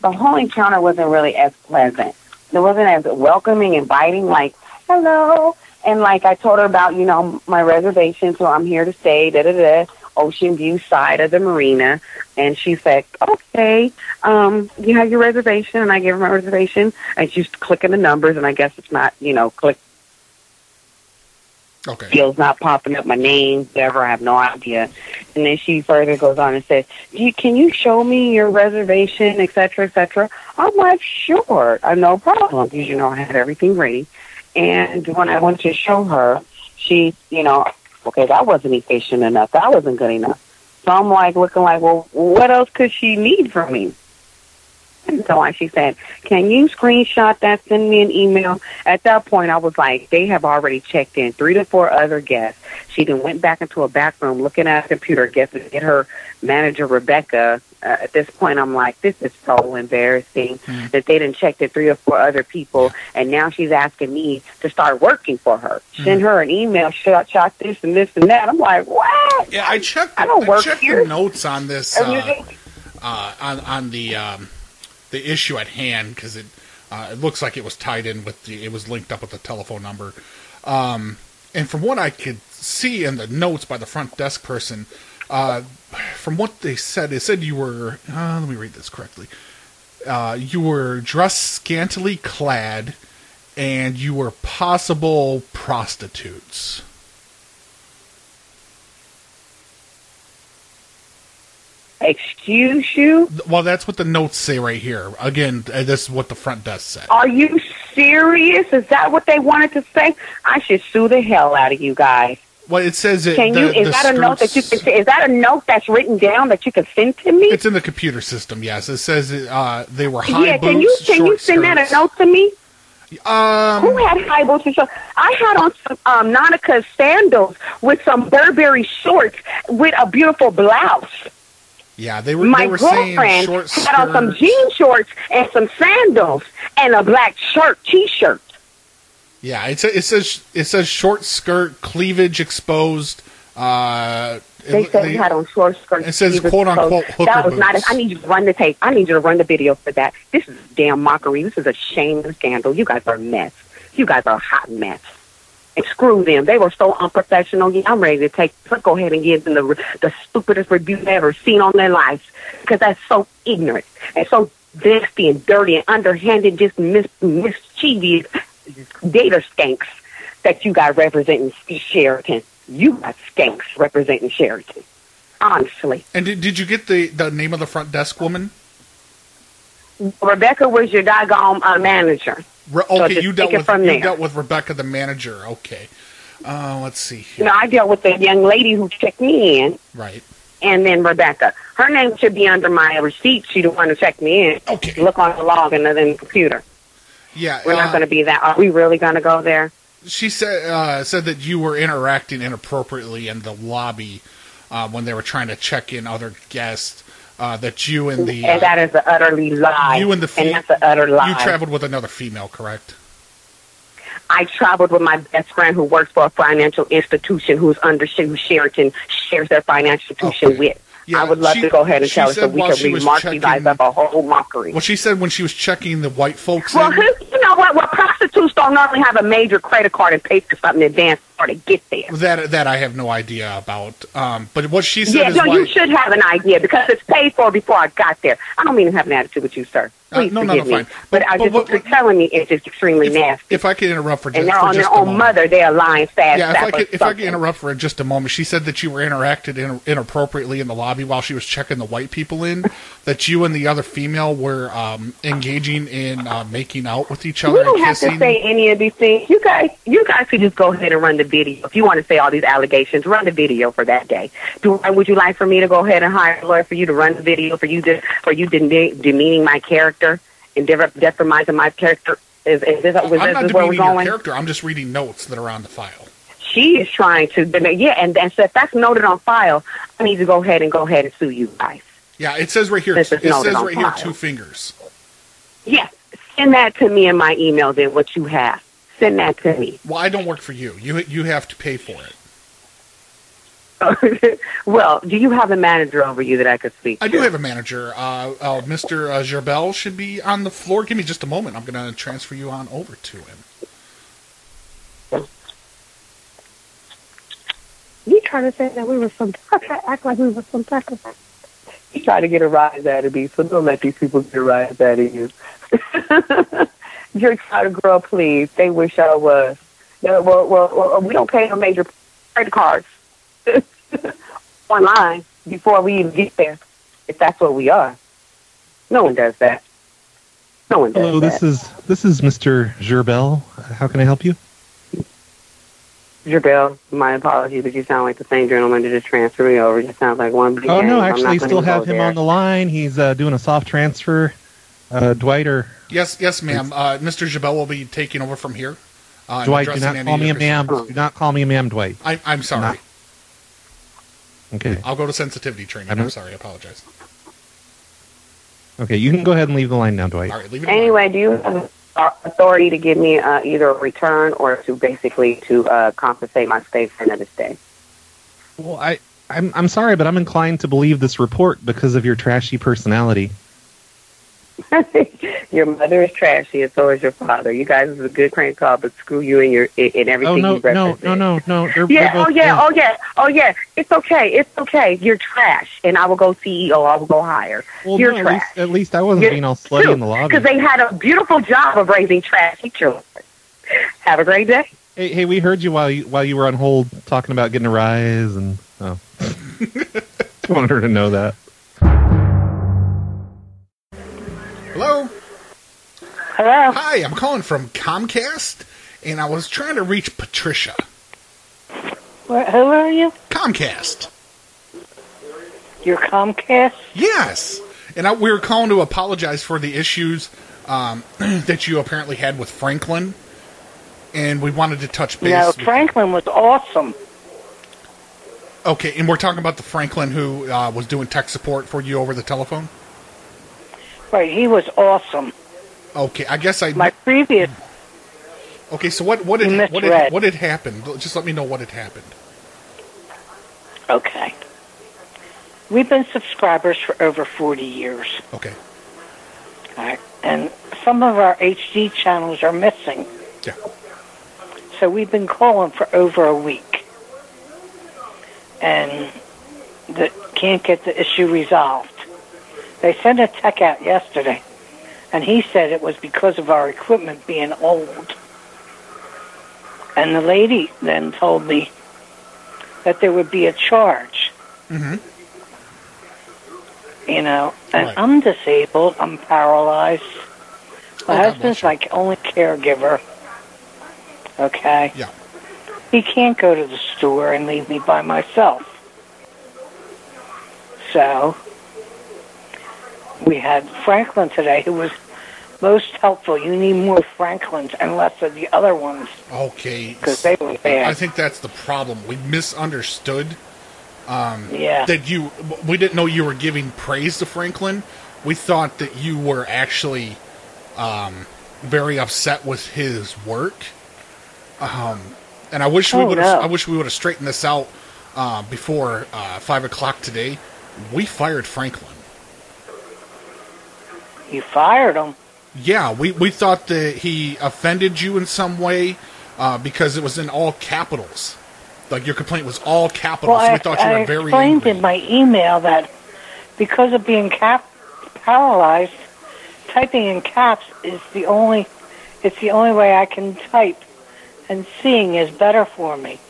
Speaker 21: the whole encounter wasn't really as pleasant. It wasn't as welcoming, inviting, like, hello. And like I told her about, you know, my reservation, so I'm here to stay, da da da, Ocean View side of the marina. And she said, okay, um, you have your reservation. And I gave her my reservation. And she's clicking the numbers, and I guess it's not, you know, click
Speaker 11: Okay.
Speaker 21: Bill's not popping up my name, whatever. I have no idea. And then she further goes on and says, Do you, "Can you show me your reservation, et cetera, et cetera?" I'm like, "Sure, uh, no problem." Because you know I had everything ready. And when I went to show her, she, you know, okay, that wasn't efficient enough. That wasn't good enough. So I'm like looking like, well, what else could she need from me? And so I, she said, can you screenshot that, send me an email? At that point, I was like, they have already checked in three to four other guests. She then went back into a back room looking at a computer, guessing to get her manager, Rebecca. Uh, at this point, I'm like, this is so embarrassing that they didn't check the three or four other people, and now she's asking me to start working for her.
Speaker 11: Mm-hmm.
Speaker 21: Send her an email, shot, shot this and this and that. I'm like, what?
Speaker 11: Yeah, I checked.
Speaker 21: I don't
Speaker 11: I
Speaker 21: work
Speaker 11: checked
Speaker 21: here.
Speaker 11: the notes on this
Speaker 21: Are you
Speaker 11: uh, uh, on on the um, the issue at hand because it uh, it looks like it was tied in with the it was linked up with the telephone number, um, and from what I could see in the notes by the front desk person, uh, from what they said, it said you were. Uh, let me read this correctly. Uh, you were dressed scantily clad, and you were possible prostitutes.
Speaker 21: Excuse you?
Speaker 11: Well, that's what the notes say right here. Again, uh, this is what the front desk said.
Speaker 21: Are you serious? Is that what they wanted to say? I should sue the hell out of you guys.
Speaker 11: Well, it says it.
Speaker 21: Can
Speaker 11: the-
Speaker 21: you? Is
Speaker 11: the
Speaker 21: that a note that you
Speaker 11: skirts-
Speaker 21: can? Is that a note that's written down that you can send to me?
Speaker 11: It's in the computer system. Yes, it says uh, they were high
Speaker 21: yeah.
Speaker 11: boots.
Speaker 21: Can you? Can you
Speaker 11: short
Speaker 21: send that
Speaker 11: skirts.
Speaker 21: a note to me?
Speaker 11: Um,
Speaker 21: Who had high boots and shorts? I had on some um, Nautica sandals with some Burberry shorts with a beautiful blouse.
Speaker 11: Yeah, they were.
Speaker 21: My
Speaker 11: they were saying
Speaker 21: girlfriend
Speaker 11: short skirts.
Speaker 21: had on some jean shorts and some sandals and a black shirt, t-shirt.
Speaker 11: Yeah, it, sa- it says it says short skirt, cleavage exposed. Uh, it
Speaker 21: They
Speaker 11: lo-
Speaker 21: said we had on short skirts.
Speaker 11: It says
Speaker 21: Jesus
Speaker 11: quote unquote
Speaker 21: Christ.
Speaker 11: hooker
Speaker 21: That was not.
Speaker 11: boots.
Speaker 21: I need you to run the tape. I need you to run the video for that. This is damn mockery. This is a shame and scandal. You guys are a mess. You guys are a hot mess. And screw them. They were so unprofessional. Yeah, I'm ready to take. Let's go ahead and give them the the stupidest review they ever seen on their lives because that's so ignorant and so nasty and dirty and underhanded, just mis- mischievous data skanks that you got representing Sheraton. You got skanks representing Sheraton. Honestly.
Speaker 11: And did, did you get the, the name of the front desk woman?
Speaker 21: Rebecca was your doggone uh, manager.
Speaker 11: Re-
Speaker 21: So
Speaker 11: okay,
Speaker 21: just
Speaker 11: you dealt
Speaker 21: take it
Speaker 11: with
Speaker 21: from
Speaker 11: you
Speaker 21: there.
Speaker 11: dealt with Rebecca, the manager. Okay, uh, let's see.
Speaker 21: You know, I dealt with the young lady who checked me in,
Speaker 11: Right.
Speaker 21: and then Rebecca. Her name should be under my receipt. She the one who checked me in.
Speaker 11: Okay.
Speaker 21: Look on the log and then the computer.
Speaker 11: Yeah,
Speaker 21: We're
Speaker 11: uh,
Speaker 21: not going to be that. Are we really going to go there?
Speaker 11: She said uh, said that you were interacting inappropriately in the lobby uh, when they were trying to check in other guests. Uh, that you and the uh,
Speaker 21: and that is an utterly lie.
Speaker 11: you and the fe-
Speaker 21: that's an utter lie.
Speaker 11: you traveled with another female, correct?
Speaker 21: I traveled with my best friend who works for a financial institution who's under who Sheraton shares their financial institution with. I would love
Speaker 11: she-
Speaker 21: to go ahead and
Speaker 11: she
Speaker 21: tell her so
Speaker 11: said
Speaker 21: we
Speaker 11: while
Speaker 21: can
Speaker 11: she was
Speaker 21: remark these eyes up a whole mockery.
Speaker 11: Well, she said when she was checking the white folks.
Speaker 21: Well,
Speaker 11: in-
Speaker 21: who, you know what? Well, prostitutes don't normally have a major credit card and pay for something in advance or to get there.
Speaker 11: that that I have no idea about. Um, but what she said
Speaker 21: Yeah,
Speaker 11: is
Speaker 21: no,
Speaker 11: why.
Speaker 21: you should have an idea because it's paid for before I got there. I don't mean to have an attitude with you, sir.
Speaker 11: Uh,
Speaker 21: Please
Speaker 11: no, no, no,
Speaker 21: forgive me,
Speaker 11: fine.
Speaker 21: but, I just you're telling me it's just extremely nasty.
Speaker 11: if I could interrupt for just,
Speaker 21: and they're
Speaker 11: for
Speaker 21: on
Speaker 11: just
Speaker 21: their
Speaker 11: a
Speaker 21: own
Speaker 11: moment.
Speaker 21: mother. They're lying fast.
Speaker 11: Yeah, if I could if I could interrupt for just a moment, she said that you were interacted in, inappropriately in the lobby while she was checking the white people in. that you and the other female were um, engaging in uh, making out with each other.
Speaker 21: you don't
Speaker 11: and
Speaker 21: have
Speaker 11: kissing.
Speaker 21: to say any of these things. You guys, you guys could just go ahead and run the video. If you want to say all these allegations, run the video for that day. Do would you like for me to go ahead and hire a lawyer for you to run the video for you to, for you deme- demeaning my character and de- deforming my character? Is, is this, was
Speaker 11: I'm
Speaker 21: this
Speaker 11: not
Speaker 21: is where we're
Speaker 11: demeaning your
Speaker 21: going?
Speaker 11: character. I'm just reading notes that are on the file.
Speaker 21: She is trying to, deme- yeah, and, and so if that's noted on file, I need to go ahead and go ahead and sue you guys.
Speaker 11: Yeah, it says right here.
Speaker 21: This
Speaker 11: It says
Speaker 21: is noted on
Speaker 11: right here
Speaker 21: file.
Speaker 11: two fingers.
Speaker 21: Yes, send that to me in my email. Then what you have, send that to me.
Speaker 11: Well, I don't work for you. You you have to pay for it.
Speaker 21: well, do you have a manager over you that I could speak?
Speaker 11: I do have a manager. Uh, uh, Mr. Uh, Gerbel should be on the floor. Give me just a moment. I'm going to transfer you on over to him.
Speaker 21: You trying to say that we were some act like we were some type of. You try to get a rise out of me, so don't let these people get a rise out of you. You're a child girl, please. They wish I was. No, well, well, well, we don't pay no major credit cards online before we even get there. If that's what we are, no one does that. No one does
Speaker 13: Hello,
Speaker 21: that.
Speaker 13: this is this is Mr. Gerbel. How can I help you?
Speaker 21: Jabel, my apologies, but you sound like the same gentleman that just transferred me over. You sound like one. big gang.
Speaker 13: Oh
Speaker 21: I'm
Speaker 13: no,
Speaker 21: not
Speaker 13: actually,
Speaker 21: gonna
Speaker 13: still
Speaker 21: go
Speaker 13: have him
Speaker 21: there.
Speaker 13: on the line. He's uh, doing a soft transfer. Uh, Dwight or
Speaker 11: Yes, yes, ma'am. Uh, Mr. Jabel will be taking over from here. Uh, and
Speaker 13: Dwight, do
Speaker 11: addressing
Speaker 13: not
Speaker 11: any
Speaker 13: call
Speaker 11: of
Speaker 13: me a
Speaker 11: your
Speaker 13: ma'am.
Speaker 21: Oh.
Speaker 11: concerns.
Speaker 13: Do not call me a ma'am, Dwight.
Speaker 11: I, I'm sorry. Uh,
Speaker 13: Okay,
Speaker 11: I'll go to sensitivity training.
Speaker 13: I'm
Speaker 11: I'm
Speaker 13: not-
Speaker 11: sorry. I apologize.
Speaker 13: okay, you can go ahead and leave the line now, Dwight.
Speaker 11: All right, leave it.
Speaker 21: Anyway, do you have uh, authority to give me uh, either a return or to basically to uh, compensate my stay for another stay?
Speaker 13: Well, I I'm I'm sorry, but I'm inclined to believe this report because of your trashy personality.
Speaker 21: your mother is trashy, and so is your father. You guys is a good prank call, but screw you and your and and everything
Speaker 13: Oh no,
Speaker 21: you
Speaker 13: no,
Speaker 21: represent.
Speaker 13: no, no, no. They're,
Speaker 21: Yeah,
Speaker 13: they're both
Speaker 21: oh yeah,
Speaker 13: ma'am.
Speaker 21: oh yeah, oh yeah. It's okay, it's okay. You're trash, and I will go CEO. I will go higher.
Speaker 13: Well,
Speaker 21: You're
Speaker 13: no, at
Speaker 21: trash.
Speaker 13: least, at least I wasn't being all slutty in the lobby.
Speaker 21: Because they had a beautiful job of raising trashy children. Have a great day.
Speaker 13: Hey, hey, we heard you while you while you were on hold talking about getting a rise, and oh, just wanted her to know that.
Speaker 11: Hello.
Speaker 21: Hello.
Speaker 11: Hi, I'm calling from Comcast, and I was trying to reach Patricia.
Speaker 10: Wh- who are you?
Speaker 11: Comcast.
Speaker 10: You're Comcast?
Speaker 11: Yes, and I, we were calling to apologize for the issues um, that you apparently had with Franklin, and we wanted to touch base.
Speaker 10: No,
Speaker 11: with-
Speaker 10: Franklin was awesome.
Speaker 11: okay, and we're talking about the Franklin who uh, was doing tech support for you over the telephone.
Speaker 10: Right, he was awesome.
Speaker 11: Okay, I guess I.
Speaker 10: My previous,
Speaker 11: Okay, so what what did what did,
Speaker 10: misread.
Speaker 11: what had happened? Just let me know what had happened.
Speaker 10: okay. We've been subscribers for over 40 years.
Speaker 11: Okay.
Speaker 10: All right. And some of our HD channels are missing.
Speaker 11: Yeah.
Speaker 10: So we've been calling for over a week. And the, can't get the issue resolved. They sent a tech out yesterday, and he said it was because of our equipment being old. And the lady then told me that there would be a charge,
Speaker 11: Mm-hmm.
Speaker 10: you know. And
Speaker 11: Right.
Speaker 10: I'm disabled, I'm paralyzed. My
Speaker 11: Oh, God
Speaker 10: husband's my only caregiver. Okay?
Speaker 11: Yeah.
Speaker 10: He can't go to the store and leave me by myself. So, we had Franklin today who was most helpful. You need more Franklins and less of the other ones.
Speaker 11: Okay.
Speaker 10: 'Cause they were bad.
Speaker 11: I think that's the problem. We misunderstood. Um,
Speaker 10: Yeah.
Speaker 11: That you, we didn't know you were giving praise to Franklin. We thought that you were actually um, very upset with his work. Um, and I wish we
Speaker 10: Oh,
Speaker 11: would. have
Speaker 10: no.
Speaker 11: I wish we would have straightened this out uh, before uh, five o'clock today. We fired Franklin.
Speaker 10: You fired him?
Speaker 11: Yeah, we, we thought that he offended you in some way uh, because it was in all capitals. Like your complaint was all capitals. so we thought you
Speaker 10: I,
Speaker 11: were
Speaker 10: I
Speaker 11: very
Speaker 10: explained in my email that because of being cap paralyzed, typing in caps is the only it's the only way I can type, and seeing is better for me.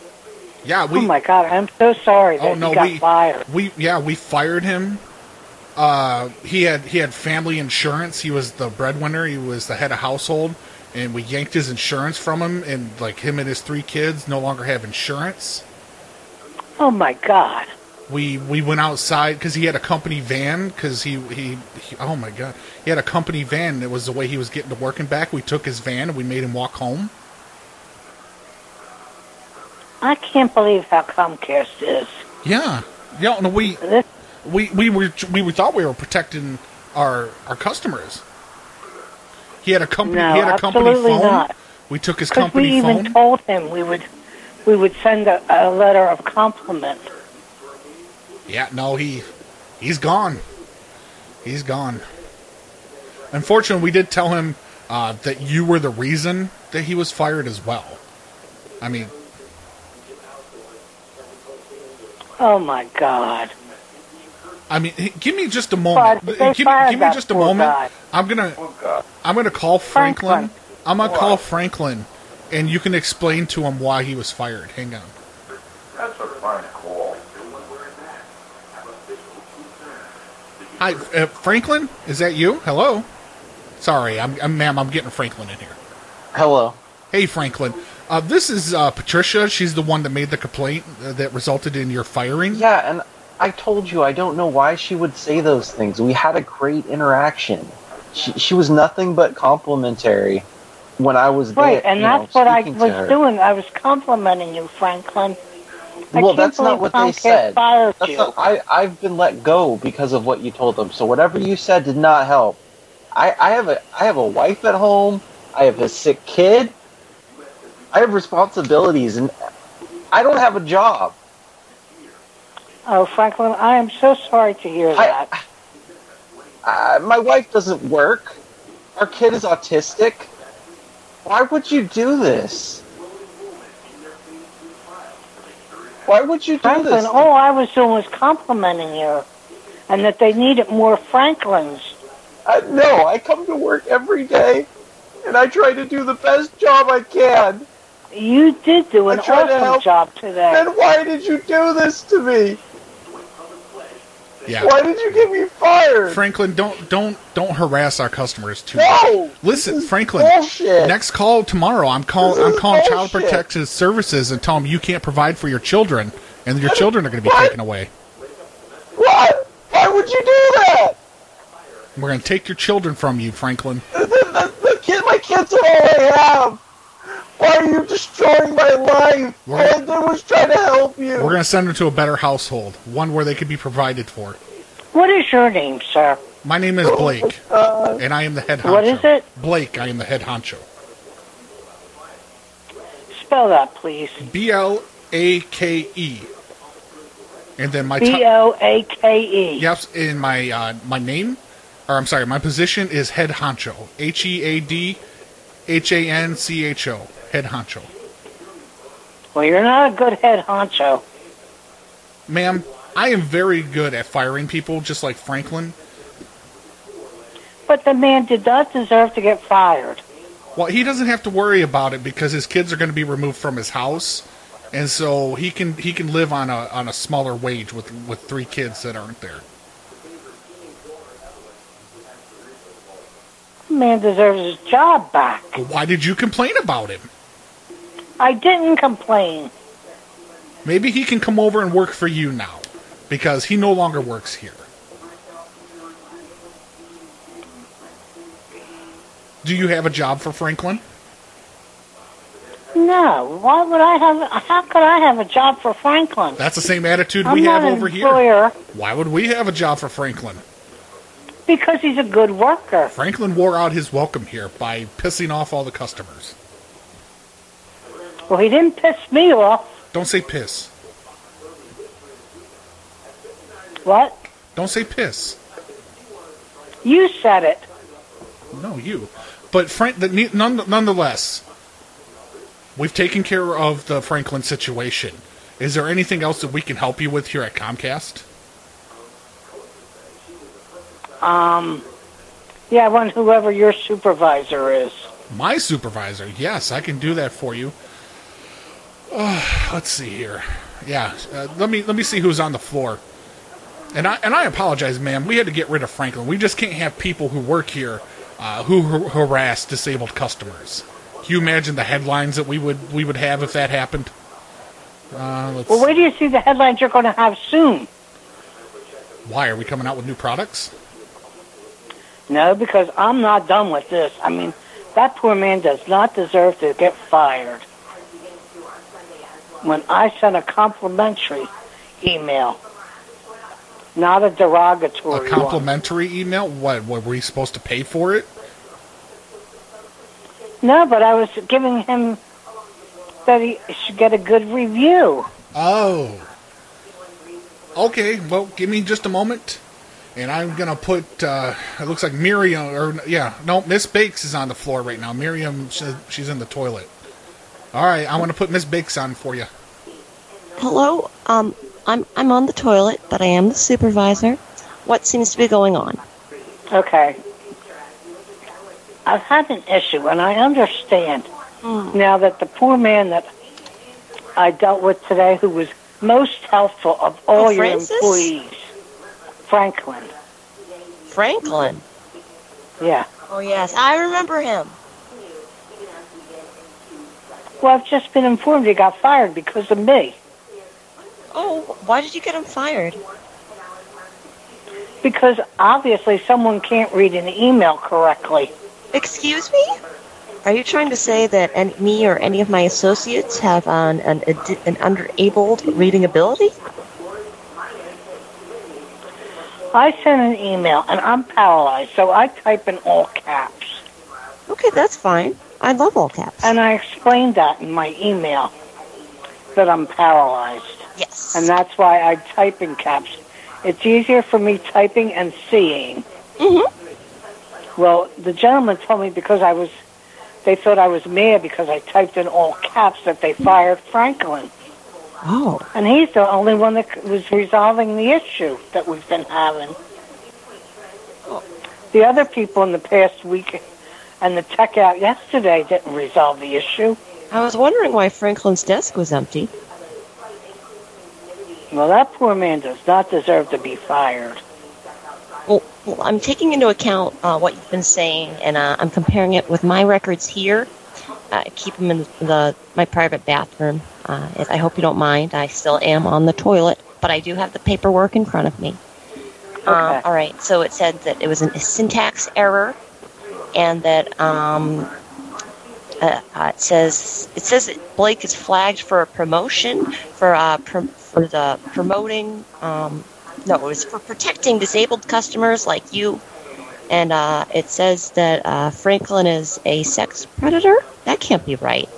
Speaker 11: Yeah, we.
Speaker 10: oh my God, I'm so sorry that
Speaker 11: Oh no,
Speaker 10: you got
Speaker 11: we
Speaker 10: fired.
Speaker 11: we yeah we fired him. Uh, he had he had family insurance. He was the breadwinner. He was the head of household, and we yanked his insurance from him. And like him and his three kids no longer have insurance.
Speaker 10: Oh my God.
Speaker 11: We we went outside because he had a company van. Because he, he he oh my god he had a company van. That was the way he was getting to work and back. We took his van and we made him walk home.
Speaker 10: I can't believe how Comcast is.
Speaker 11: Yeah. Yeah, no, we we we were we were- thought we were protecting our our customers. He had a company.
Speaker 10: No,
Speaker 11: he had a company
Speaker 10: absolutely
Speaker 11: phone.
Speaker 10: not.
Speaker 11: We took his
Speaker 10: Because we
Speaker 11: company
Speaker 10: even
Speaker 11: phone.
Speaker 10: told him we would we would send a, a letter of compliment.
Speaker 11: yeah, no, he he's gone. He's gone. Unfortunately, we did tell him uh, that you were the reason that he was fired as well. I mean,
Speaker 10: Oh my God.
Speaker 11: I mean, h- give me just a moment.
Speaker 10: But
Speaker 11: Give
Speaker 10: they
Speaker 11: me,
Speaker 10: fired
Speaker 11: give me
Speaker 10: that
Speaker 11: just a
Speaker 10: poor
Speaker 11: moment.
Speaker 10: guy.
Speaker 11: I'm gonna, I'm gonna call Franklin.
Speaker 10: Franklin.
Speaker 11: I'm gonna call Franklin, and you can explain to him why he was fired. Hang on.
Speaker 10: That's a fine call.
Speaker 11: Hi, uh, Franklin. Is that you? Hello. Sorry, I'm, I'm, ma'am. I'm getting Franklin in here. Hello. Hey, Franklin. Uh, this is uh, Patricia. She's the one that made the complaint uh, that resulted in your firing.
Speaker 8: Yeah, and I told you I don't know why she would say those things. We had a great interaction. She, she was nothing but complimentary when I was there.
Speaker 10: Right, and
Speaker 8: you know,
Speaker 10: that's what I
Speaker 8: speaking to her.
Speaker 10: was doing. I was complimenting you, Franklin. I
Speaker 8: well,
Speaker 10: can't
Speaker 8: that's not
Speaker 10: believe
Speaker 8: what they
Speaker 10: Comcast
Speaker 8: said.
Speaker 10: Fired
Speaker 8: That's
Speaker 10: you.
Speaker 8: not- I, I've been let go because of what you told them. So whatever you said did not help. I, I have a I have a wife at home. I have a sick kid. I have responsibilities, and I don't have a job.
Speaker 10: Oh, Franklin, I am so sorry to hear that.
Speaker 8: Uh, my wife doesn't work. Our kid is autistic. Why would you do this? Why would you do
Speaker 10: Franklin,
Speaker 8: this?
Speaker 10: all I was doing was complimenting you, and that they needed more Franklins.
Speaker 8: I, no, I come to work every day, and I try to do the best job I can.
Speaker 10: You did do an
Speaker 8: I try to
Speaker 10: awesome
Speaker 8: help.
Speaker 10: job today.
Speaker 8: Then why did you do this to me?
Speaker 11: Yeah.
Speaker 8: Why did you get me fired?
Speaker 11: Franklin, don't don't don't harass our customers too.
Speaker 8: No!
Speaker 11: much. Listen, Franklin.
Speaker 8: bullshit.
Speaker 11: Next call tomorrow. I'm calling.
Speaker 8: This
Speaker 11: I'm
Speaker 8: is
Speaker 11: calling Child
Speaker 8: bullshit.
Speaker 11: Protective Services and tell them you can't provide for your children, and your children are going to be taken away.
Speaker 8: What? Why would you do that?
Speaker 11: We're going to take your children from you, Franklin.
Speaker 8: The kid, my kids are all I have. Why are you destroying my life? All I did was try to help you.
Speaker 11: We're going to send them to a better household, one where they can be provided for.
Speaker 10: What is your name, sir?
Speaker 11: My name is Blake,
Speaker 8: Uh,
Speaker 11: and I am the head honcho.
Speaker 10: What is it?
Speaker 11: Blake, I am the head honcho.
Speaker 10: Spell that, please.
Speaker 11: B L A K E. And then my ti-
Speaker 10: B O A K E.
Speaker 11: Yep, in my uh, my name, or I'm sorry, my position is head honcho. H E A D H A N C H O. Head honcho.
Speaker 10: Well, you're not a good head honcho.
Speaker 11: Ma'am, I am very good at firing people, just like Franklin.
Speaker 10: But the man did not deserve to get fired.
Speaker 11: Well, he doesn't have to worry about it because his kids are going to be removed from his house, and so he can he can live on a on a smaller wage with with three kids that aren't there.
Speaker 10: The man deserves his job back.
Speaker 11: But why did you complain about him?
Speaker 10: I didn't complain.
Speaker 11: Maybe he can come over and work for you now, because he no longer works here. Do you have a job for Franklin?
Speaker 10: No, why would I have? How could I have a job for Franklin?
Speaker 11: That's the same attitude
Speaker 10: I'm
Speaker 11: we
Speaker 10: not
Speaker 11: have
Speaker 10: an
Speaker 11: over here.
Speaker 10: employer
Speaker 11: Why would we have a job for Franklin?
Speaker 10: Because he's a good worker.
Speaker 11: Franklin wore out his welcome here by pissing off all the customers.
Speaker 10: Well, he didn't piss me off.
Speaker 11: Don't say piss.
Speaker 10: What?
Speaker 11: Don't say piss.
Speaker 10: You said it.
Speaker 11: No, you. But Frank, the, ne- none, nonetheless, we've taken care of the Franklin situation. Is there anything else that we can help you with here at Comcast?
Speaker 10: Um, yeah, I want whoever your supervisor is.
Speaker 11: My supervisor, yes, I can do that for you. Uh, let's see here. Yeah, uh, let me let me see who's on the floor. And I and I apologize, ma'am. We had to get rid of Franklin. We just can't have people who work here uh, who har- harass disabled customers. Can you imagine the headlines that we would we would have if that happened? Uh, let's,
Speaker 10: Well, where do you see the headlines you're going to have soon?
Speaker 11: why are we coming out with new products?
Speaker 10: No, because I'm not done with this. I mean, that poor man does not deserve to get fired. When I sent a complimentary email, not a derogatory
Speaker 11: A
Speaker 10: one.
Speaker 11: complimentary email? What, what were you supposed to pay for it?
Speaker 10: No, but I was giving him that he should get a good review.
Speaker 11: Oh. Okay, well, give me just a moment, and I'm gonna put. Uh, it looks like Miriam, or yeah, no, Miss Bakes is on the floor right now. Miriam, she, she's in the toilet. All right, I want to put Miss Bakes on for you.
Speaker 3: Hello, um, I'm I'm on the toilet, but I am the supervisor. What seems to be going on?
Speaker 10: Okay. I've had an issue, and I understand
Speaker 3: Hmm.
Speaker 10: now that the poor man that I dealt with today, who was most helpful of all
Speaker 3: Oh,
Speaker 10: your
Speaker 3: Francis?
Speaker 10: employees, Franklin.
Speaker 3: Franklin.
Speaker 10: Yeah.
Speaker 3: Oh yes, I remember him.
Speaker 10: Well, I've just been informed he got fired because of me.
Speaker 3: Oh, why did you get him fired?
Speaker 10: Because obviously someone can't read an email correctly.
Speaker 3: Excuse me? Are you trying to say that any, me or any of my associates have an an, ad- an underabled reading ability?
Speaker 10: I sent an email, and I'm paralyzed, so I type in all caps.
Speaker 3: Okay, that's fine. I love all caps.
Speaker 10: And I explained that in my email that I'm paralyzed.
Speaker 3: Yes.
Speaker 10: And that's why I type in caps. It's easier for me typing and seeing.
Speaker 3: Mm-hmm.
Speaker 10: Well, the gentleman told me because I was, they thought I was mad because I typed in all caps that they fired Franklin.
Speaker 3: Oh.
Speaker 10: And he's the only one that c- was resolving the issue that we've been having.
Speaker 19: Oh.
Speaker 10: The other people in the past week and the tech out yesterday didn't resolve the issue.
Speaker 3: I was wondering why Franklin's desk was empty.
Speaker 10: Well, that poor man does not deserve to be fired.
Speaker 3: Well, Oh, well I'm taking into account uh, what you've been saying, and uh, I'm comparing it with my records here. I keep them in the my private bathroom. Uh, if- I hope you don't mind. I still am on the toilet, but I do have the paperwork in front of me. Uh, all right. So it said that it was an- a syntax error, and that um, uh, uh, it says it says that Blake is flagged for a promotion for uh, pr- for the promoting. Um, no, it was for protecting disabled customers like you. And uh, it says that uh, Franklin is a sex predator. That can't be right.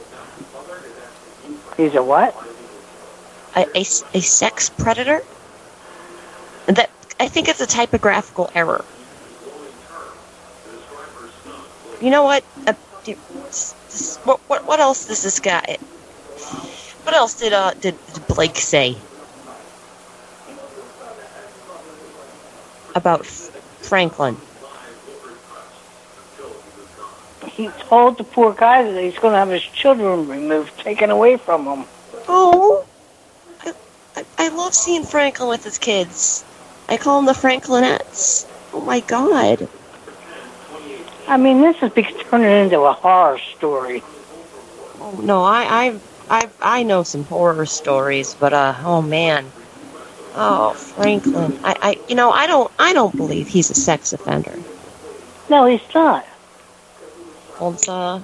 Speaker 10: He's a what?
Speaker 3: A, a, s- a sex predator. That I think it's a typographical error. You know what? Uh, do- s- s- what, what what else does this guy? What else did uh did, did Blake say about F- Franklin?
Speaker 10: He told the poor guy that he's going to have his children removed, taken away from him.
Speaker 3: Oh, I, I, I love seeing Franklin with his kids. I call them the Franklinettes. Oh my god.
Speaker 10: I mean, this is be- turning into a horror story.
Speaker 3: Oh, no, I, I, I, I know some horror stories, but uh, oh man. Oh, Franklin. I, I, you know, I don't, I don't believe he's a sex offender.
Speaker 10: No, he's not.
Speaker 3: Well, it's, uh,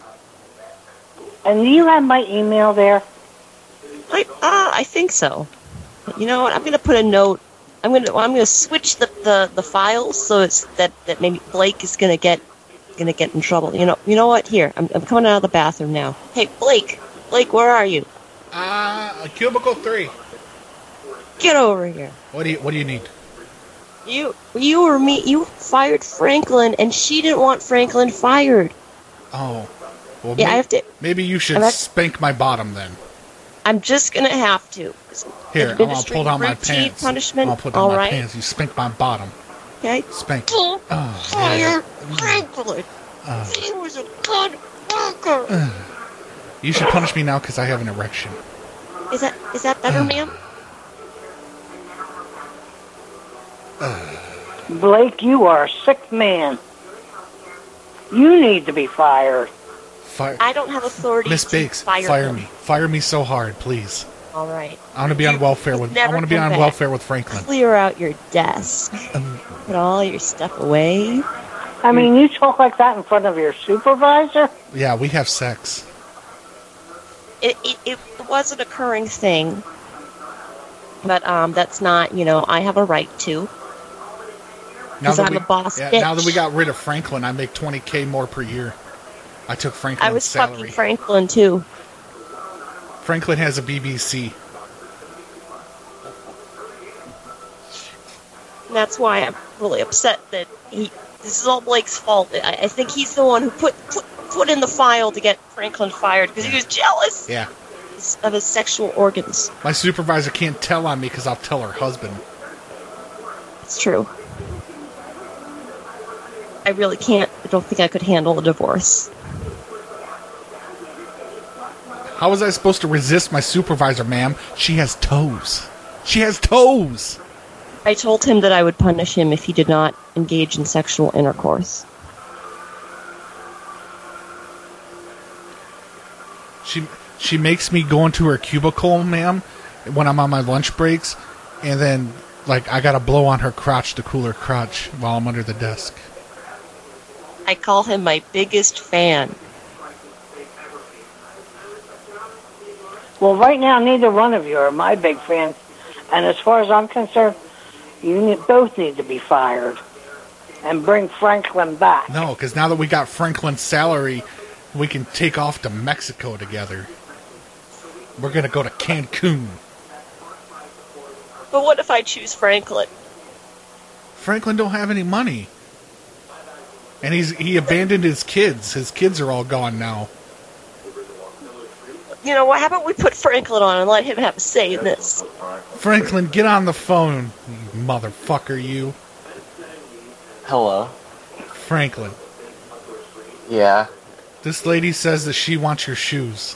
Speaker 10: And do you have my email there?
Speaker 3: I, uh, I think so. You know what? I'm gonna put a note. I'm gonna, I'm gonna switch the, the, the files so it's that, that maybe Blake is gonna get, gonna get in trouble. You know, you know what? Here, I'm, I'm coming out of the bathroom now. Hey, Blake, Blake, where are you?
Speaker 11: Uh, cubicle three.
Speaker 3: Get over here.
Speaker 11: What do you What do you need?
Speaker 3: You you or me you fired Franklin and she didn't want Franklin fired.
Speaker 11: Oh. Well,
Speaker 3: Yeah, I
Speaker 11: may-
Speaker 3: have to-
Speaker 11: Maybe you should
Speaker 3: I'm act-
Speaker 11: spank my bottom then.
Speaker 3: I'm just gonna have to.
Speaker 11: Here, I'm gonna pull
Speaker 3: Administrative
Speaker 11: down my
Speaker 3: routine
Speaker 11: pants.
Speaker 3: Punishment.
Speaker 11: I'll put down
Speaker 3: All
Speaker 11: my
Speaker 3: right.
Speaker 11: pants. You spank my bottom.
Speaker 3: Okay.
Speaker 11: Spank.
Speaker 3: Don't
Speaker 11: Oh,
Speaker 3: Fire
Speaker 11: man.
Speaker 3: Franklin.
Speaker 11: Oh.
Speaker 3: He was a good worker.
Speaker 11: You should punish me now because I have an erection.
Speaker 3: Is that is that
Speaker 11: Uh,
Speaker 3: better, ma'am?
Speaker 10: Blake, you are a sick man. You need to be fired.
Speaker 11: Fire.
Speaker 3: I don't have authority.
Speaker 11: Miss
Speaker 3: to
Speaker 11: Bakes,
Speaker 3: fire,
Speaker 11: fire,
Speaker 3: him.
Speaker 11: me. Fire me so hard, please.
Speaker 3: All right.
Speaker 11: I want to be on welfare with. I
Speaker 3: never
Speaker 11: want to be
Speaker 3: come
Speaker 11: on
Speaker 3: back.
Speaker 11: welfare with Franklin.
Speaker 3: Clear out your desk.
Speaker 11: um,
Speaker 3: Put all your stuff away.
Speaker 10: I mean, you talk like that in front of your supervisor?
Speaker 11: Yeah, we have sex.
Speaker 3: it, it, it was an occurring thing, but um, that's not, you know, I have a right to.
Speaker 11: Now
Speaker 3: 'Cause
Speaker 11: that
Speaker 3: I'm
Speaker 11: we,
Speaker 3: a boss
Speaker 11: yeah,
Speaker 3: bitch.
Speaker 11: Now that we got rid of Franklin, I make twenty k more per year. I took Franklin's
Speaker 3: I was
Speaker 11: salary.
Speaker 3: fucking Franklin too.
Speaker 11: Franklin has a BBC.
Speaker 3: And that's why I'm really upset that he. This is all Blake's fault. I, I think he's the one who put put, put in the file to get Franklin fired because he was jealous
Speaker 11: Yeah,
Speaker 3: of his sexual organs.
Speaker 11: my supervisor can't tell on me because I'll tell her husband.
Speaker 3: It's true. I really can't. I don't think I could handle a divorce.
Speaker 11: How was I supposed to resist my supervisor, ma'am? She has toes. She has toes.
Speaker 3: I told him that I would punish him if he did not engage in sexual intercourse.
Speaker 11: She she makes me go into her cubicle, ma'am, when I'm on my lunch breaks, and then like I gotta blow on her crotch to cool her crotch while I'm under the desk.
Speaker 3: I call him my biggest fan.
Speaker 10: Well, right now, neither one of you are my big fans. And as far as I'm concerned, you need, both need to be fired and bring Franklin back.
Speaker 11: No, because now that we got Franklin's salary, we can take off to Mexico together. We're gonna go to Cancun.
Speaker 3: But what if I choose Franklin?
Speaker 11: Franklin don't have any money, and he's he abandoned his kids. His kids are all gone now.
Speaker 3: You know what? How about we put Franklin on and let him have a say in this?
Speaker 11: Franklin, get on the phone, you motherfucker, you.
Speaker 8: Hello.
Speaker 11: Franklin,
Speaker 8: Yeah.
Speaker 11: this lady says that she wants your shoes.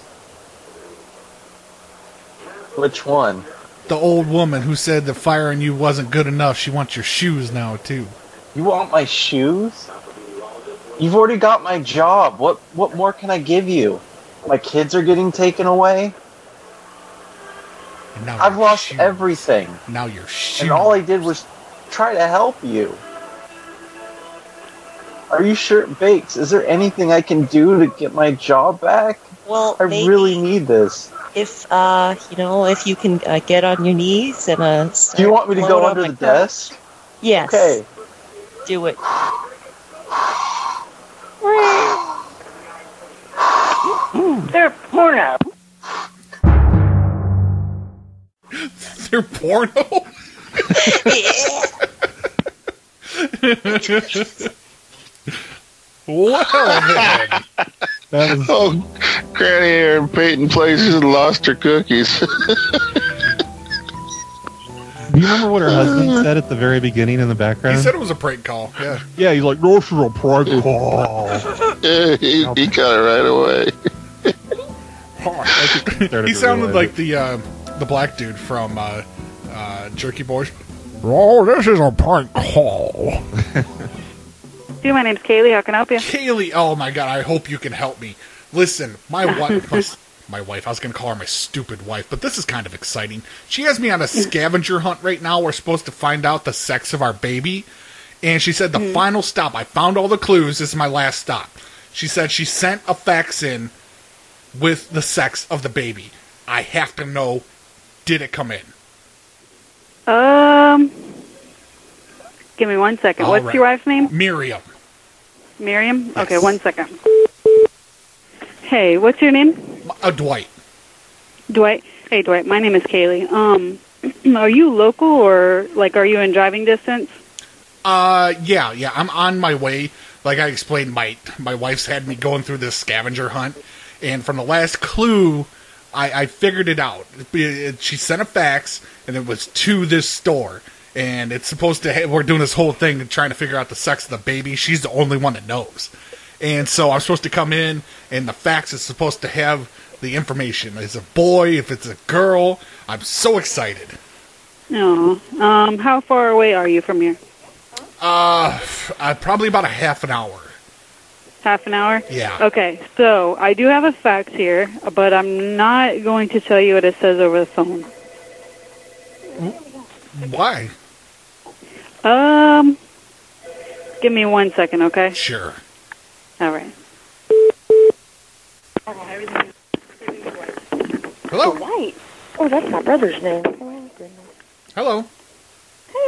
Speaker 8: Which one?
Speaker 11: The old woman who said that firing you wasn't good enough, she wants your shoes now too.
Speaker 8: You want my shoes? You've already got my job. What what more can I give you? My kids are getting taken away.
Speaker 11: now
Speaker 8: I've lost everything.
Speaker 11: Now you're
Speaker 8: And all I did was try to help you. Are you sure, Bakes? Is there anything I can do to get my job back?
Speaker 3: Well,
Speaker 8: I
Speaker 3: maybe
Speaker 8: really need this.
Speaker 3: if uh, you know, if you can uh, get on your knees and uh.
Speaker 8: Do you want me to
Speaker 3: start
Speaker 8: go
Speaker 3: blowing
Speaker 8: under
Speaker 3: on
Speaker 8: the
Speaker 3: my crotch.
Speaker 8: desk?
Speaker 3: Yes.
Speaker 8: Okay.
Speaker 3: Do it.
Speaker 10: They're porno.
Speaker 11: They're porno. well, then.
Speaker 4: oh, Granny here in Peyton Place just lost her cookies.
Speaker 13: Do you remember what her husband said at the very beginning in the
Speaker 11: He
Speaker 13: background?
Speaker 11: said it was a prank call. Yeah.
Speaker 13: yeah, he's like, no, she's a prank call.
Speaker 4: Yeah, he, he got it right away.
Speaker 11: he
Speaker 13: to
Speaker 11: sounded
Speaker 13: realize
Speaker 11: like the uh, the black dude from uh, uh, Jerky Boys.
Speaker 13: Oh, this is a prank call.
Speaker 7: Do my name's Kaylee. How can I help you?
Speaker 11: Kaylee, oh my god, I hope you can help me. Listen, my wife, my wife, I was going to call her my stupid wife, but this is kind of exciting. She has me on a scavenger hunt right now. We're supposed to find out the sex of our baby. And she said the
Speaker 7: Mm-hmm.
Speaker 11: final stop, I found all the clues, this is my last stop. She said she sent a fax in with the sex of the baby. I have to know did it come in?
Speaker 7: Um, give me one second.
Speaker 11: All
Speaker 7: What's
Speaker 11: right.
Speaker 7: your wife's name?
Speaker 11: Miriam.
Speaker 7: Miriam. Okay, one second. Hey, what's your name?
Speaker 11: Uh, Dwight.
Speaker 7: Dwight. Hey, Dwight. My name is Kaylee. Um, are you local or like are you in driving distance?
Speaker 11: Uh, yeah, yeah. I'm on my way. Like I explained, my my wife's had me going through this scavenger hunt, and from the last clue, I, I figured it out. It- it- she sent a fax, and it was to this store. And it's supposed to. ha- We're doing this whole thing and trying to figure out the sex of the baby. She's the only one that knows. And so I'm supposed to come in, and the fax is supposed to have the information. Is it a boy? If it's a girl? I'm so excited.
Speaker 1: No. Um, how far away are you from here?
Speaker 11: Uh, uh, probably about a half an hour.
Speaker 1: Half an hour?
Speaker 11: Yeah.
Speaker 1: Okay, so I do have a fax here, but I'm not going to tell you what it says over the phone.
Speaker 11: Why?
Speaker 1: Um, give me one second, okay?
Speaker 11: Sure.
Speaker 1: All right.
Speaker 11: Hello.
Speaker 22: Right. Oh, that's my brother's name.
Speaker 11: Hello.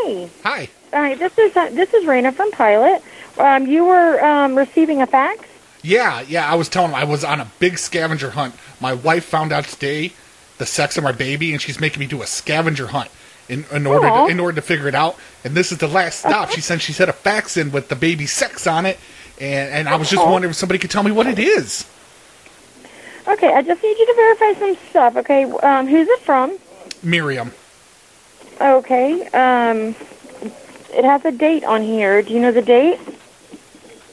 Speaker 22: Hey.
Speaker 11: Hi.
Speaker 22: All right. This is uh, this is Raina from Pilot. Um, you were um, receiving a fax.
Speaker 11: Yeah, yeah. I was telling him I was on a big scavenger hunt. My wife found out today the sex of my baby, and she's making me do a scavenger hunt in, in order
Speaker 22: Aw.
Speaker 11: to, in order to figure it out. And this is the last stop. She sent she sent a fax in with the baby's sex on it, and and I was just
Speaker 22: Aw.
Speaker 11: wondering if somebody could tell me what it is.
Speaker 22: Okay. I just need you to verify some stuff. Okay. Um, who's it from?
Speaker 11: Miriam.
Speaker 22: Okay. Um, it has a date on here. Do you know the date?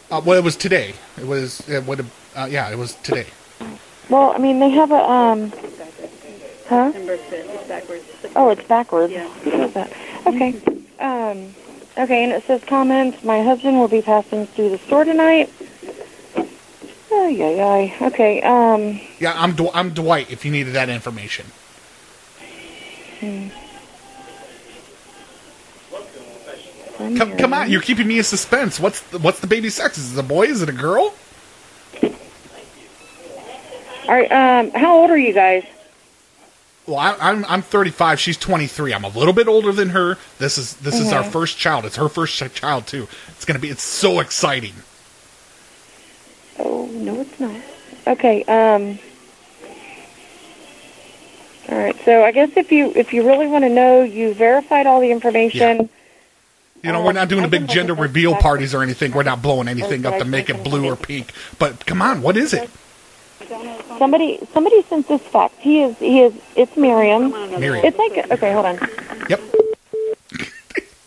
Speaker 11: Uh, well, it was today. It was it would have, uh, yeah, it was today.
Speaker 22: Well, I mean, they have a um. Huh?
Speaker 1: It's backwards.
Speaker 22: Oh, it's backwards. Who does that? Okay. Um, okay, and it says comments. My husband will be passing through the store tonight. Oh yeah, yeah. Okay. Um.
Speaker 11: Yeah, I'm Dw- I'm Dwight. If you needed that information.
Speaker 22: hmm.
Speaker 11: Come, come on, you're keeping me in suspense. What's the, what's the baby's sex? Is it a boy? Is it a girl?
Speaker 22: All right. Um. How old are you guys?
Speaker 11: Well, I, I'm I'm 35. She's 23. I'm a little bit older than her. This is this is our
Speaker 22: Mhm.
Speaker 11: first child. It's her first ch- child too. It's gonna be. It's so exciting.
Speaker 22: Oh no, it's not. Okay. Um. All right. So I guess if you if you really want to know, you verified all the information.
Speaker 11: You know, we're not doing a big gender reveal parties or anything. We're not blowing anything up to make it blue or pink. But come on, what is it?
Speaker 22: Somebody somebody sent this fax. He is he is. It's Miriam.
Speaker 11: Miriam.
Speaker 22: It's like a- okay. Hold on.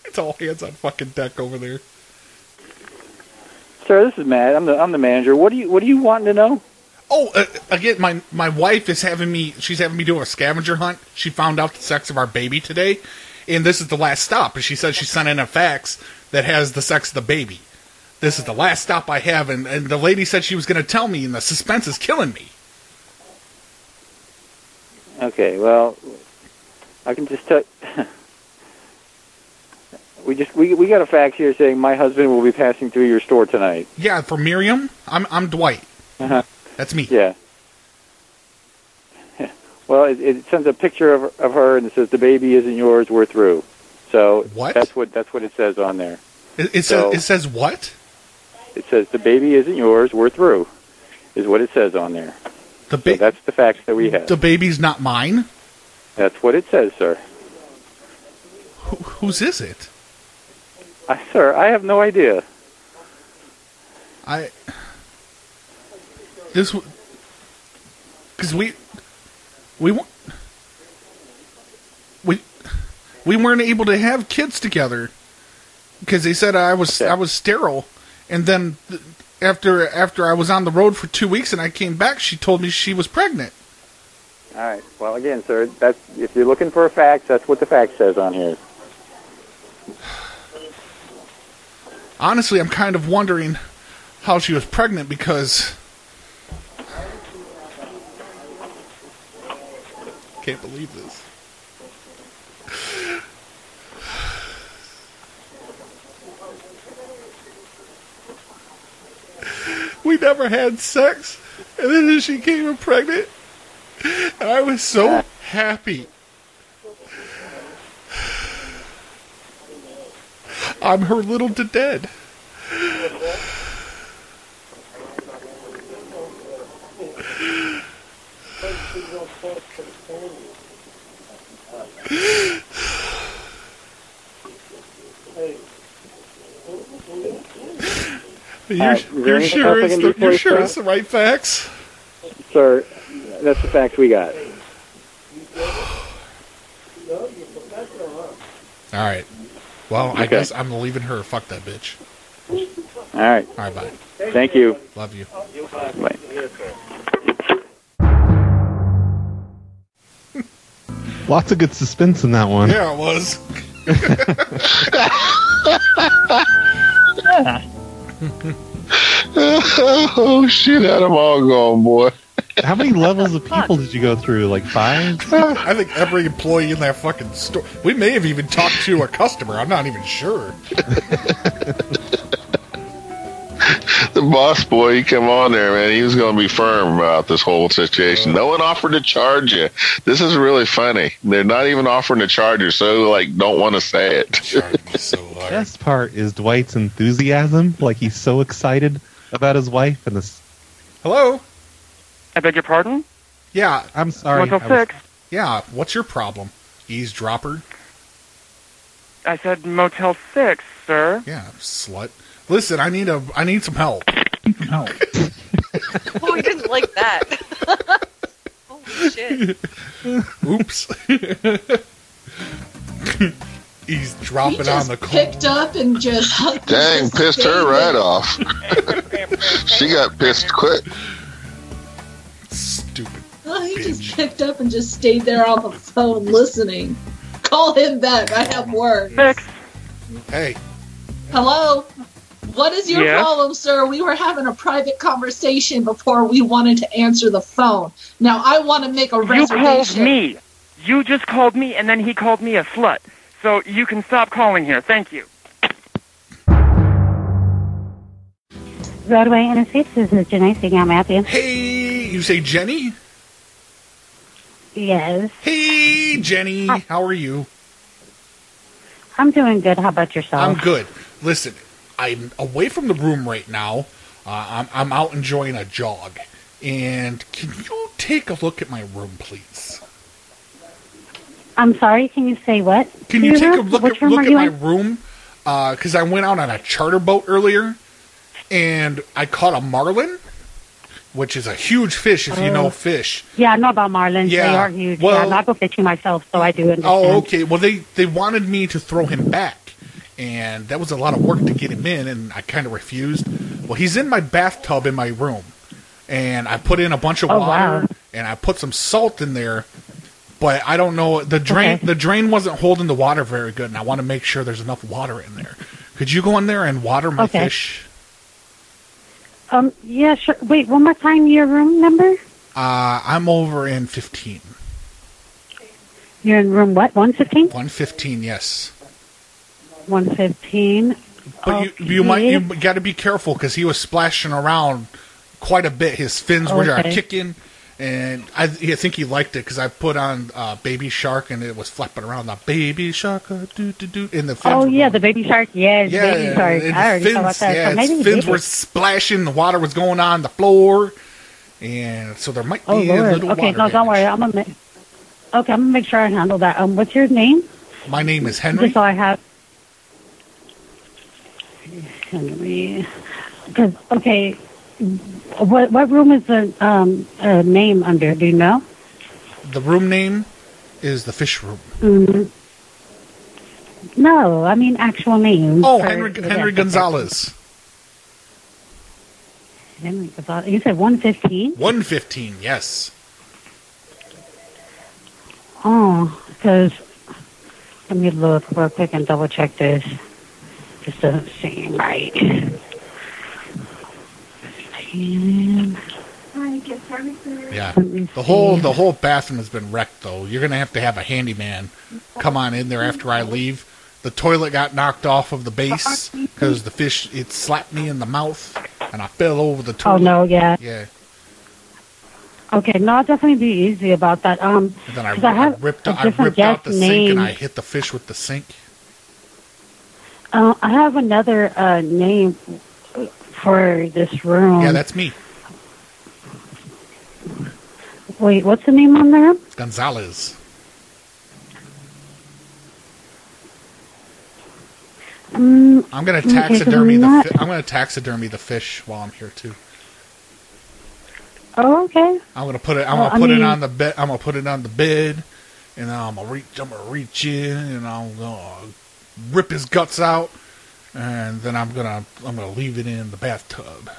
Speaker 11: It's all hands on fucking deck over there.
Speaker 12: Sir, this is Matt. I'm the I'm the manager. What do you What do you want to know?
Speaker 11: Oh, uh, again, my my wife is having me. She's having me do a scavenger hunt. She found out the sex of our baby today, and this is the last stop. And she says she sent in a fax that has the sex of the baby. This is the last stop I have, and, and the lady said she was going to tell me, and the suspense is killing me.
Speaker 12: Okay, well, I can just tell. we just we we got a fax here saying my husband will be passing through your store tonight.
Speaker 11: Yeah, for Miriam, I'm I'm Dwight.
Speaker 12: Uh-huh.
Speaker 11: That's me.
Speaker 12: Yeah. Well, it, it sends a picture of of her and it says the baby isn't yours. We're through. So
Speaker 11: What?
Speaker 12: that's what that's what it says on there.
Speaker 11: It, it
Speaker 12: So-
Speaker 11: says it says what?
Speaker 12: It says the baby isn't yours. We're through, is what it says on there.
Speaker 11: The ba-
Speaker 12: that's the fax that we have.
Speaker 11: The baby's not mine.
Speaker 12: that's what it says, sir.
Speaker 11: Whose is it?
Speaker 12: I, sir, I have no idea.
Speaker 11: I this because we we wa- we we weren't able to have kids together because they said I was I was sterile, and then th- after after I was on the road for two weeks and I came back, she told me she was pregnant.
Speaker 12: All right. Well, again, sir, that's if you're looking for a fax, that's what the fax says on here.
Speaker 11: Honestly, I'm kind of wondering how she was pregnant because can't believe this. we never had sex, and then she came pregnant, and I was so happy. I'm her little to dead. You're,
Speaker 12: Alright, is there
Speaker 11: you're
Speaker 12: anything
Speaker 11: sure,
Speaker 12: else I
Speaker 11: it's
Speaker 12: can
Speaker 11: the,
Speaker 12: do for
Speaker 11: you're
Speaker 12: you,
Speaker 11: sure
Speaker 12: sir?
Speaker 11: it's the right facts?
Speaker 12: Sir, that's the facts we got.
Speaker 11: All right. Well, I
Speaker 12: Okay.
Speaker 11: guess I'm leaving her. Fuck that bitch.
Speaker 12: All right.
Speaker 11: All right, bye.
Speaker 12: Thank you.
Speaker 11: Love you.
Speaker 12: Bye.
Speaker 13: Lots of good suspense in that one.
Speaker 11: Yeah, it was.
Speaker 6: Oh,
Speaker 4: oh shit! Had them all gone, boy.
Speaker 13: How many levels of people did you go through? Like five?
Speaker 11: I think every employee in that fucking store. We may have even talked to a customer. I'm not even sure.
Speaker 4: The boss boy, he come on there, man. He was going to be firm about this whole situation. No one offered to charge you. This is really funny. They're not even offering to charge you, so like, don't want to say it.
Speaker 13: The best part is Dwight's enthusiasm. Like he's so excited about his wife and this.
Speaker 11: Hello?
Speaker 13: I beg your pardon.
Speaker 11: Yeah.
Speaker 13: I'm sorry.
Speaker 11: I was-
Speaker 13: 106.
Speaker 11: yeah, what's your problem? Eavesdropper?
Speaker 2: I said Motel 6, sir.
Speaker 11: Yeah, slut. Listen, I need a I need some help. No.
Speaker 6: Oh, you didn't like that. Holy shit.
Speaker 11: Oops. He's dropping
Speaker 23: he
Speaker 11: on
Speaker 23: just
Speaker 11: the cold.
Speaker 23: picked up and just
Speaker 4: Dang,
Speaker 23: just
Speaker 4: pissed her
Speaker 23: stayed
Speaker 4: right
Speaker 23: there.
Speaker 4: off. she got pissed quick.
Speaker 11: Stupid.
Speaker 23: Oh, he just picked up and just stayed there on the phone listening. Call him back. I have work.
Speaker 11: Hey,
Speaker 23: Hello. What is your
Speaker 11: Yes?
Speaker 23: problem, sir? We were having a private conversation before we wanted to answer the phone. Now I want to make a
Speaker 6: You called
Speaker 23: reservation.
Speaker 6: me. You just called me, and then he called me a slut. So you can stop calling here. Thank you.
Speaker 24: Roadway Interstate, this is Janae speaking. How may I help you?
Speaker 11: Hey, you say Jenny?
Speaker 24: Yes,
Speaker 11: Hey, Jenny, how are you?
Speaker 24: I'm doing good. How about yourself?
Speaker 11: I'm good. Listen, I'm away from the room right now. Uh, I'm, I'm out enjoying a jog. And can you take a look at my room, please?
Speaker 24: I'm sorry. Can you say what?
Speaker 11: Can
Speaker 24: to
Speaker 11: you
Speaker 24: your
Speaker 11: take a
Speaker 24: room?
Speaker 11: look
Speaker 24: Which
Speaker 11: at,
Speaker 24: room
Speaker 11: look
Speaker 24: are
Speaker 11: at
Speaker 24: you
Speaker 11: my
Speaker 24: in?
Speaker 11: room? Because I went out on a charter boat earlier, and I caught a marlin, which is a huge fish if you know
Speaker 24: Oh.
Speaker 11: fish.
Speaker 24: Yeah, I know about Marlins.
Speaker 11: Yeah,
Speaker 24: They are huge.
Speaker 11: well-
Speaker 24: yeah, I go fishing myself, so I do understand.
Speaker 11: Oh, okay. Well, they they wanted me to throw him back, and that was a lot of work to get him in, and I kind of refused. Well, he's in my bathtub in my room, and I put in a bunch of
Speaker 24: Oh,
Speaker 11: water,
Speaker 24: wow.
Speaker 11: and I put some salt in there, but I don't know the drain. The drain wasn't holding the water very good, and I want to make sure there's enough water in there. Could you go in there and water my
Speaker 24: Okay.
Speaker 11: fish?
Speaker 24: Um, yeah, sure. Wait, one more time. Your room number?
Speaker 11: Uh, I'm over in fifteen.
Speaker 24: You're in room what? One fifteen.
Speaker 11: One fifteen, yes.
Speaker 24: One fifteen.
Speaker 11: But you, you might you got to be careful because he was splashing around quite a bit. His fins were uh,
Speaker 24: Okay.
Speaker 11: kicking, and I, I think he liked it because I put on uh, Baby Shark and it was flapping around. The Baby Shark, uh, doo doo doo, and the fins.
Speaker 24: Oh
Speaker 11: were-
Speaker 24: yeah, the baby shark. Yes,
Speaker 11: yeah,
Speaker 24: baby shark. I
Speaker 11: and his
Speaker 24: already
Speaker 11: fins,
Speaker 24: know about that.
Speaker 11: yeah,
Speaker 24: so
Speaker 11: his
Speaker 24: maybe he
Speaker 11: fins
Speaker 24: did
Speaker 11: were
Speaker 24: it.
Speaker 11: splashing. The water was going on the floor, and so there might be
Speaker 24: Oh
Speaker 11: a
Speaker 24: lord.
Speaker 11: little
Speaker 24: Okay,
Speaker 11: water.
Speaker 24: no,
Speaker 11: damage.
Speaker 24: don't worry. I'm gonna. Ma- okay, I'm gonna make sure I handle that. Um, what's your name?
Speaker 11: My name is Henry.
Speaker 24: Just so I have. Henry. 'Cause, okay, what what room is the um uh, name under? Do you know?
Speaker 11: The room name is the fish room.
Speaker 24: mm No, I mean actual name.
Speaker 11: Oh,
Speaker 24: for-
Speaker 11: Henry
Speaker 24: yeah,
Speaker 11: Henry
Speaker 24: okay.
Speaker 11: Gonzalez,
Speaker 24: Henry Gonzalez. You said one fifteen.
Speaker 11: one fifteen. Yes.
Speaker 24: Oh, because let me look real quick and double check this. This doesn't seem right. And-
Speaker 11: Yeah.
Speaker 24: Let me
Speaker 11: The whole
Speaker 24: see.
Speaker 11: the whole bathroom has been wrecked though. You're gonna have to have a handyman come on in there after I leave. The toilet got knocked off of the base because the fish it slapped me in the mouth and I fell over the
Speaker 24: Oh
Speaker 11: toilet.
Speaker 24: no, yeah.
Speaker 11: Yeah.
Speaker 24: Okay, no, I'll definitely be easy about that. Um,
Speaker 11: And then I,
Speaker 24: 'cause I
Speaker 11: I
Speaker 24: have
Speaker 11: ripped
Speaker 24: a
Speaker 11: I
Speaker 24: different
Speaker 11: ripped out the
Speaker 24: guest
Speaker 11: sink
Speaker 24: name.
Speaker 11: and I hit the fish with the sink.
Speaker 24: uh, I have another uh, name for this room.
Speaker 11: Yeah, that's me,
Speaker 24: Wait, what's the name on there?
Speaker 11: Gonzalez.
Speaker 24: Mm,
Speaker 11: I'm gonna
Speaker 24: okay, 'cause
Speaker 11: taxidermy
Speaker 24: I'm
Speaker 11: the.
Speaker 24: not-
Speaker 11: Fi- I'm gonna taxidermy the fish while I'm here too.
Speaker 24: oh, okay.
Speaker 11: I'm gonna put it. I'm
Speaker 24: Well,
Speaker 11: gonna
Speaker 24: I
Speaker 11: put
Speaker 24: mean-
Speaker 11: it on the bed. I'm gonna put it on the bed, and I'm gonna reach. I'm gonna reach in, and I'm gonna rip his guts out, and then I'm gonna. I'm gonna leave it in the bathtub.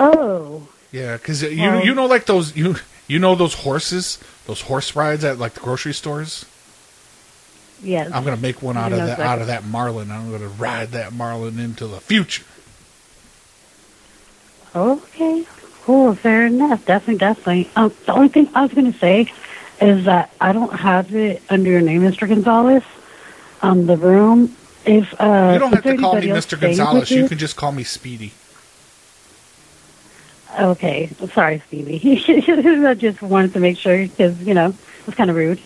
Speaker 24: Oh,
Speaker 11: Yeah, because you
Speaker 24: Well-
Speaker 11: you know like those you you know those horses, those horse rides at like the grocery stores.
Speaker 24: yes.
Speaker 11: I'm gonna make one
Speaker 24: I
Speaker 11: out of
Speaker 24: know
Speaker 11: that
Speaker 24: exactly.
Speaker 11: out of that marlin. I'm gonna ride that marlin into the future.
Speaker 24: Okay, cool, fair enough. Definitely, definitely. Um, the only thing I was going to say is that I don't have it under your name, Mr. Gonzalez. Um, the room. If uh,
Speaker 11: you don't
Speaker 24: if
Speaker 11: have to call me
Speaker 24: anybody else
Speaker 11: Mr.
Speaker 24: stays with
Speaker 11: Gonzalez. You can just call me Speedy.
Speaker 24: Okay, sorry, Stevie. I just wanted to make sure because you know it's kind of rude.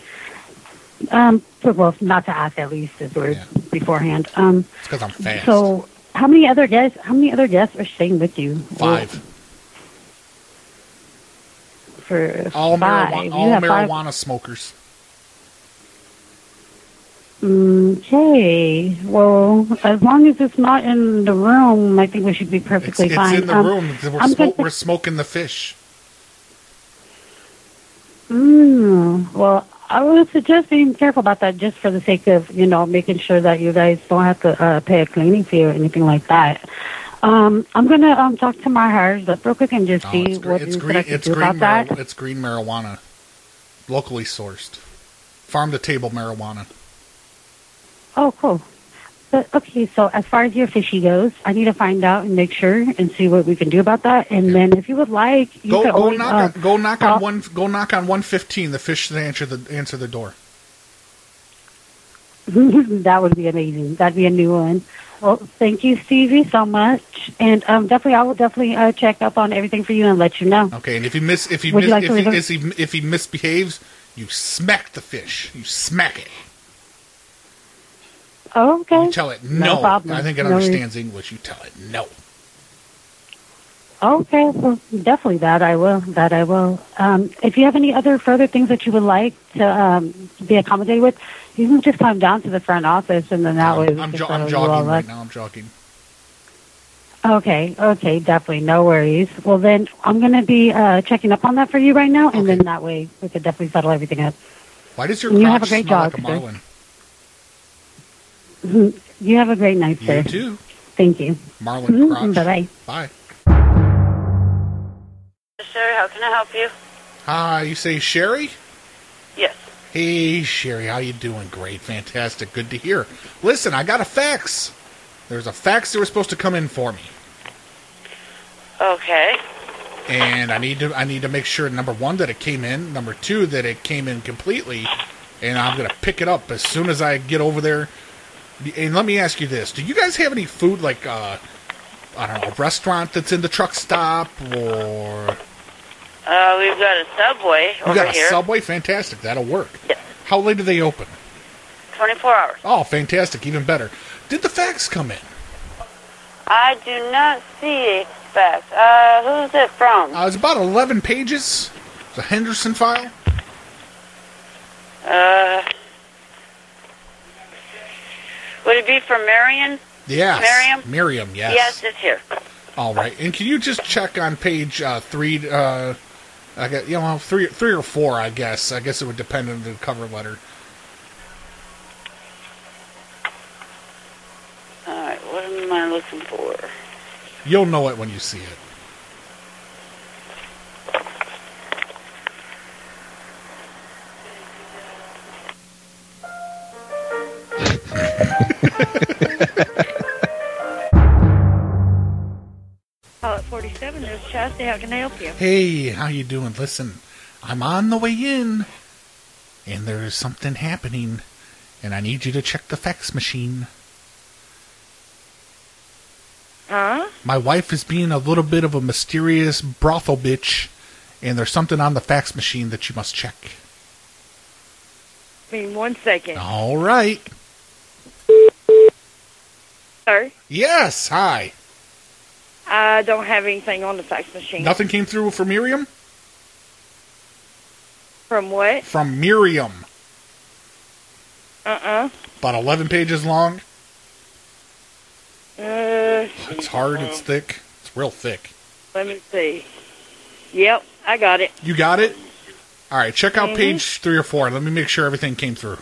Speaker 24: Um, but, well, not to ask at least is rude beforehand. Um,
Speaker 11: It's because I'm fast.
Speaker 24: so how many other guests? How many other guests are staying with you?
Speaker 11: Five.
Speaker 24: For
Speaker 11: All
Speaker 24: five.
Speaker 11: marijuana,
Speaker 24: You
Speaker 11: all
Speaker 24: have five-
Speaker 11: marijuana smokers.
Speaker 24: Okay. Well, as long as it's not in the room, I think we should be
Speaker 11: It's,
Speaker 24: perfectly
Speaker 11: it's
Speaker 24: fine.
Speaker 11: in the
Speaker 24: Um,
Speaker 11: room. We're,
Speaker 24: I'm
Speaker 11: smo-
Speaker 24: gonna-
Speaker 11: we're smoking the fish.
Speaker 24: Mm, well, I would suggest being careful about that just for the sake of, you know, making sure that you guys don't have to uh, pay a cleaning fee or anything like that. Um, I'm going to um, talk to my hires up real quick and just see
Speaker 11: Oh, It's, gre-
Speaker 24: what
Speaker 11: it's
Speaker 24: we
Speaker 11: green.
Speaker 24: can
Speaker 11: It's
Speaker 24: do
Speaker 11: green.
Speaker 24: about
Speaker 11: Mar-
Speaker 24: that.
Speaker 11: it's green marijuana, locally sourced, farm to table marijuana.
Speaker 24: Oh, cool. But okay, so as far as your fishy goes, I need to find out and make sure and see what we can do about that. And then, if you would like, you
Speaker 11: Go
Speaker 24: can
Speaker 11: go
Speaker 24: always,
Speaker 11: knock
Speaker 24: uh,
Speaker 11: on, go knock
Speaker 24: call-
Speaker 11: on one go knock on one fifteen. The fish should answer the answer the door.
Speaker 24: that would be amazing. That'd be a new one. Well, thank you, Stevie, so much, and um, definitely, I will definitely uh, check up on everything for you and let you know.
Speaker 11: Okay, and if he miss if he,
Speaker 24: Would
Speaker 11: mis-
Speaker 24: you like to
Speaker 11: if, he
Speaker 24: leave
Speaker 11: if he if he misbehaves, you smack the fish. You smack it.
Speaker 24: Oh, okay.
Speaker 11: You tell it no.
Speaker 24: problem.
Speaker 11: I think it
Speaker 24: No worries.
Speaker 11: understands English. You tell it no.
Speaker 24: Okay, well, definitely that I will. That I will. Um, if you have any other further things that you would like to um, be accommodated with, you can just come down to the front office, and then that way we
Speaker 11: I'm,
Speaker 24: can
Speaker 11: jo-
Speaker 24: settle
Speaker 11: I'm
Speaker 24: you all
Speaker 11: jogging
Speaker 24: up.
Speaker 11: right now. I'm jogging.
Speaker 24: Okay, okay, definitely, no worries. Well, then I'm gonna be uh, checking up on that for you right now, and then that way we could definitely settle everything up.
Speaker 11: Why does your
Speaker 24: You
Speaker 11: crotch
Speaker 24: have a great
Speaker 11: smell
Speaker 24: job,
Speaker 11: like a
Speaker 24: sir.
Speaker 11: marlin?
Speaker 24: Mm-hmm. you have a great night,
Speaker 11: You
Speaker 24: sir.
Speaker 11: too.
Speaker 24: Thank you. Mm-hmm.
Speaker 11: Marlin crotch.
Speaker 24: Bye bye.
Speaker 11: Bye.
Speaker 9: Sir, how can I help you?
Speaker 11: Hi, Uh, you say Sherry?
Speaker 9: Yes.
Speaker 11: Hey Sherry, how you doing? Great, fantastic, good to hear. Listen, I got a fax. There's a fax that was supposed to come in for me.
Speaker 9: Okay.
Speaker 11: and I need to I need to make sure number one that it came in, number two that it came in completely, and I'm gonna pick it up as soon as I get over there. And let me ask you this: Do you guys have any food like uh, I don't know, a restaurant that's in the truck stop, or
Speaker 9: Uh, we've got a subway
Speaker 11: you
Speaker 9: over
Speaker 11: got a
Speaker 9: here.
Speaker 11: Subway? Fantastic, that'll work. How late do they open?
Speaker 9: 24 hours.
Speaker 11: Oh, fantastic, even better. Did the fax come in?
Speaker 9: I do not see a fax. Uh, who's it from?
Speaker 11: Uh, it's about eleven pages. It's a Henderson file.
Speaker 9: Uh, would it be from Marion?
Speaker 11: Yes.
Speaker 9: Miriam?
Speaker 11: Miriam. Yes.
Speaker 9: it's here.
Speaker 11: All right, and can you just check on page uh, three? Uh, I guess you know three, three or four. I guess. I guess it would depend on the cover letter.
Speaker 9: All right, what am I looking for?
Speaker 11: You'll know it when you see it.
Speaker 20: Call at 47. There's Chastity. How can I help you?
Speaker 11: Hey, how you doing? Listen, I'm on the way in, and there's something happening, and I need you to check the fax machine.
Speaker 20: Huh?
Speaker 11: My wife is being a little bit of a mysterious brothel bitch, and there's something on the fax machine that you must check.
Speaker 20: Give me one second.
Speaker 11: All right.
Speaker 20: Sir,
Speaker 11: Yes. Hi.
Speaker 20: I don't have anything on the fax machine.
Speaker 11: Nothing came through for Miriam.
Speaker 20: From what?
Speaker 11: From Miriam.
Speaker 5: Uh-uh.
Speaker 20: Uh uh
Speaker 11: about 11 pages long.
Speaker 5: Uh,
Speaker 11: It's hard, it's thick. It's real thick.
Speaker 5: let me see. Yep, I got it.
Speaker 11: You got it? All right, check out
Speaker 5: Mhm.
Speaker 11: page 3 or 4. Let me make sure everything came through.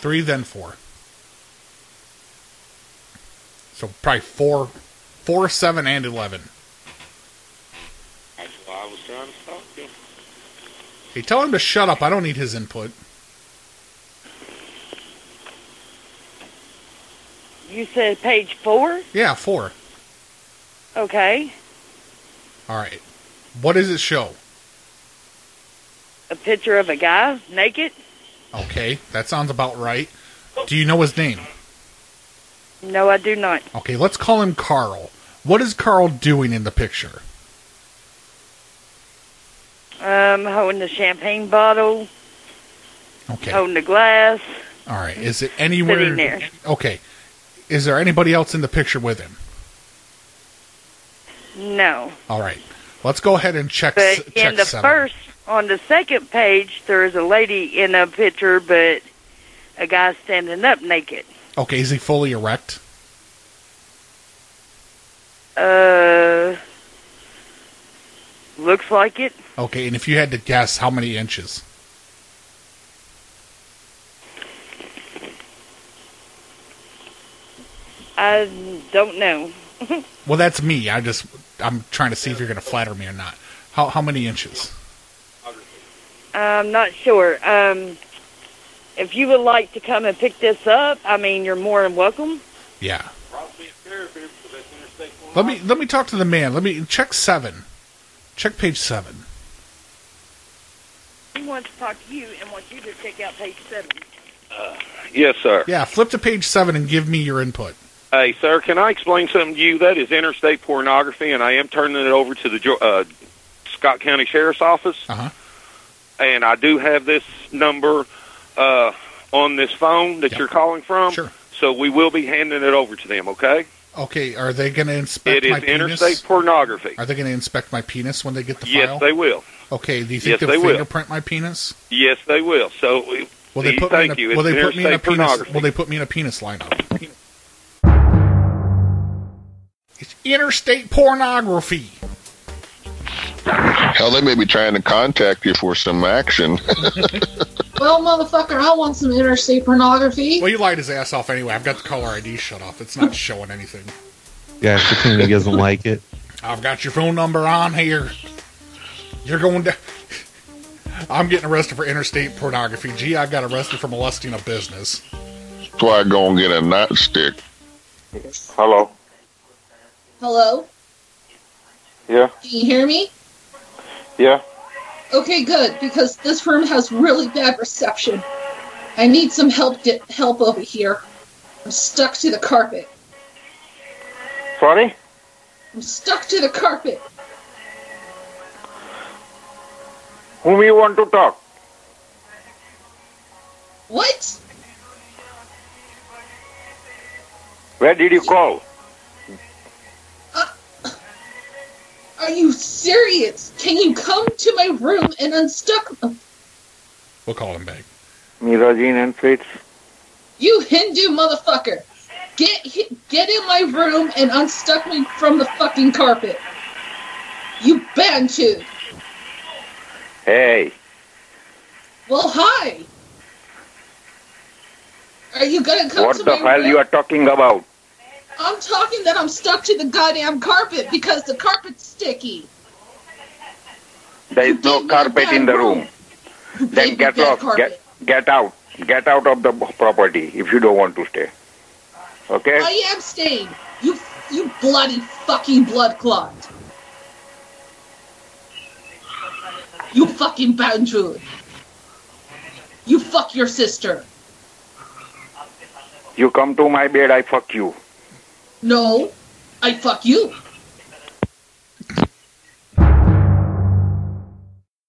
Speaker 11: 3 then 4. So probably 4 4 7 and 11.
Speaker 14: That's why I was trying to talk to him.
Speaker 11: Hey, tell him to shut up. I don't need his input.
Speaker 5: You said page four?
Speaker 11: Yeah, 4.
Speaker 5: Okay.
Speaker 11: All right. What does it show?
Speaker 5: A picture of a guy naked?
Speaker 11: Okay, that sounds about right. Do you know his name?
Speaker 5: No, I do not.
Speaker 11: Okay, let's call him Carl. What is Carl doing in the picture?
Speaker 5: Um, holding the champagne bottle,
Speaker 11: Okay.
Speaker 5: holding the glass.
Speaker 11: All right. Is it anywhere?
Speaker 5: Sitting there.
Speaker 11: Okay. Is there anybody else in the picture with him?
Speaker 5: No.
Speaker 11: All right. Let's go ahead and check.
Speaker 5: But
Speaker 11: s- check
Speaker 5: in the
Speaker 11: seven.
Speaker 5: first, on the second page, there is a lady in a picture, but a guy standing up naked.
Speaker 11: Okay. Is he fully erect?
Speaker 5: Uh, looks like it.
Speaker 11: Okay. And if you had to guess, how many inches?
Speaker 5: I don't know.
Speaker 11: Well, that's me. I just I'm trying to see if you're going to flatter me or not. How how many inches?
Speaker 5: I'm not sure. Um, if you would like to come and pick this up, I mean, you're more than welcome.
Speaker 11: Yeah. Let me let me talk to the man. Let me check seven. Check page seven.
Speaker 5: He wants to talk to you and wants you to check out page seven.
Speaker 14: Uh, Yes, sir.
Speaker 11: Yeah, flip to page seven and give me your input.
Speaker 14: Hey, sir, can I explain something to you? That is interstate pornography, and I am turning it over to the Jo- uh, Scott County Sheriff's Office.
Speaker 11: Uh-huh.
Speaker 14: And I do have this number uh, on this phone that you're calling from.
Speaker 11: Sure.
Speaker 14: So we will be handing it over to them, okay?
Speaker 11: Okay, are they going to inspect
Speaker 14: it is
Speaker 11: my penis?
Speaker 14: interstate pornography.
Speaker 11: Are they going to inspect my penis when they get the
Speaker 14: Yes,
Speaker 11: file?
Speaker 14: they will.
Speaker 11: Okay, do you
Speaker 14: Yes,
Speaker 11: think
Speaker 14: they
Speaker 11: they'll
Speaker 14: will.
Speaker 11: fingerprint my penis?
Speaker 14: Yes, they will. So
Speaker 11: Will they
Speaker 14: see,
Speaker 11: put me in
Speaker 14: thank
Speaker 11: a,
Speaker 14: you.
Speaker 11: Will
Speaker 14: It's
Speaker 11: they put me in a
Speaker 14: interstate pornography.
Speaker 11: penis? Will they put me in a penis lineup? It's interstate pornography.
Speaker 4: Hell, they may be trying to contact you for some action.
Speaker 23: Well, motherfucker, I want some interstate pornography.
Speaker 11: Well, you lied his ass off anyway. I've got the caller ID shut off. It's not showing anything.
Speaker 13: Yeah, pretending he doesn't like it.
Speaker 11: I've got your phone number on here. You're going to. I'm getting arrested for interstate pornography. Gee, I got arrested for molesting a business.
Speaker 4: That's why I go and get a nightstick.
Speaker 14: Hello.
Speaker 23: Hello?
Speaker 14: Yeah.
Speaker 23: Can you hear me?
Speaker 14: Yeah.
Speaker 23: Okay, good, because this room has really bad reception. I need some help di- help over here. I'm stuck to the carpet.
Speaker 18: Sorry?
Speaker 23: I'm stuck to the carpet.
Speaker 18: Whom you want to talk?
Speaker 23: What?
Speaker 18: Where did you call?
Speaker 23: Are you serious? Can you come to my room and unstuck
Speaker 11: We'll call him back.
Speaker 18: Mirajin and Fritz.
Speaker 23: you Hindu motherfucker? Get he- get in my room and unstuck me from the fucking carpet. You bantu.
Speaker 18: Hey.
Speaker 23: Well, hi. Are you gonna come
Speaker 18: What
Speaker 23: to
Speaker 18: the
Speaker 23: my
Speaker 18: hell
Speaker 23: room?
Speaker 18: you are talking about?
Speaker 23: I'm talking that I'm stuck to the goddamn carpet because the carpet's sticky.
Speaker 18: There is no carpet in the room. Then get
Speaker 23: that
Speaker 18: off.
Speaker 23: carpet.
Speaker 18: Get, get out. Get out of the property if you don't want to stay. Okay?
Speaker 23: I am staying. You you bloody fucking blood clot. You fucking boundary. You fuck your sister.
Speaker 18: You come to my bed, I fuck you.
Speaker 23: No, I fuck you.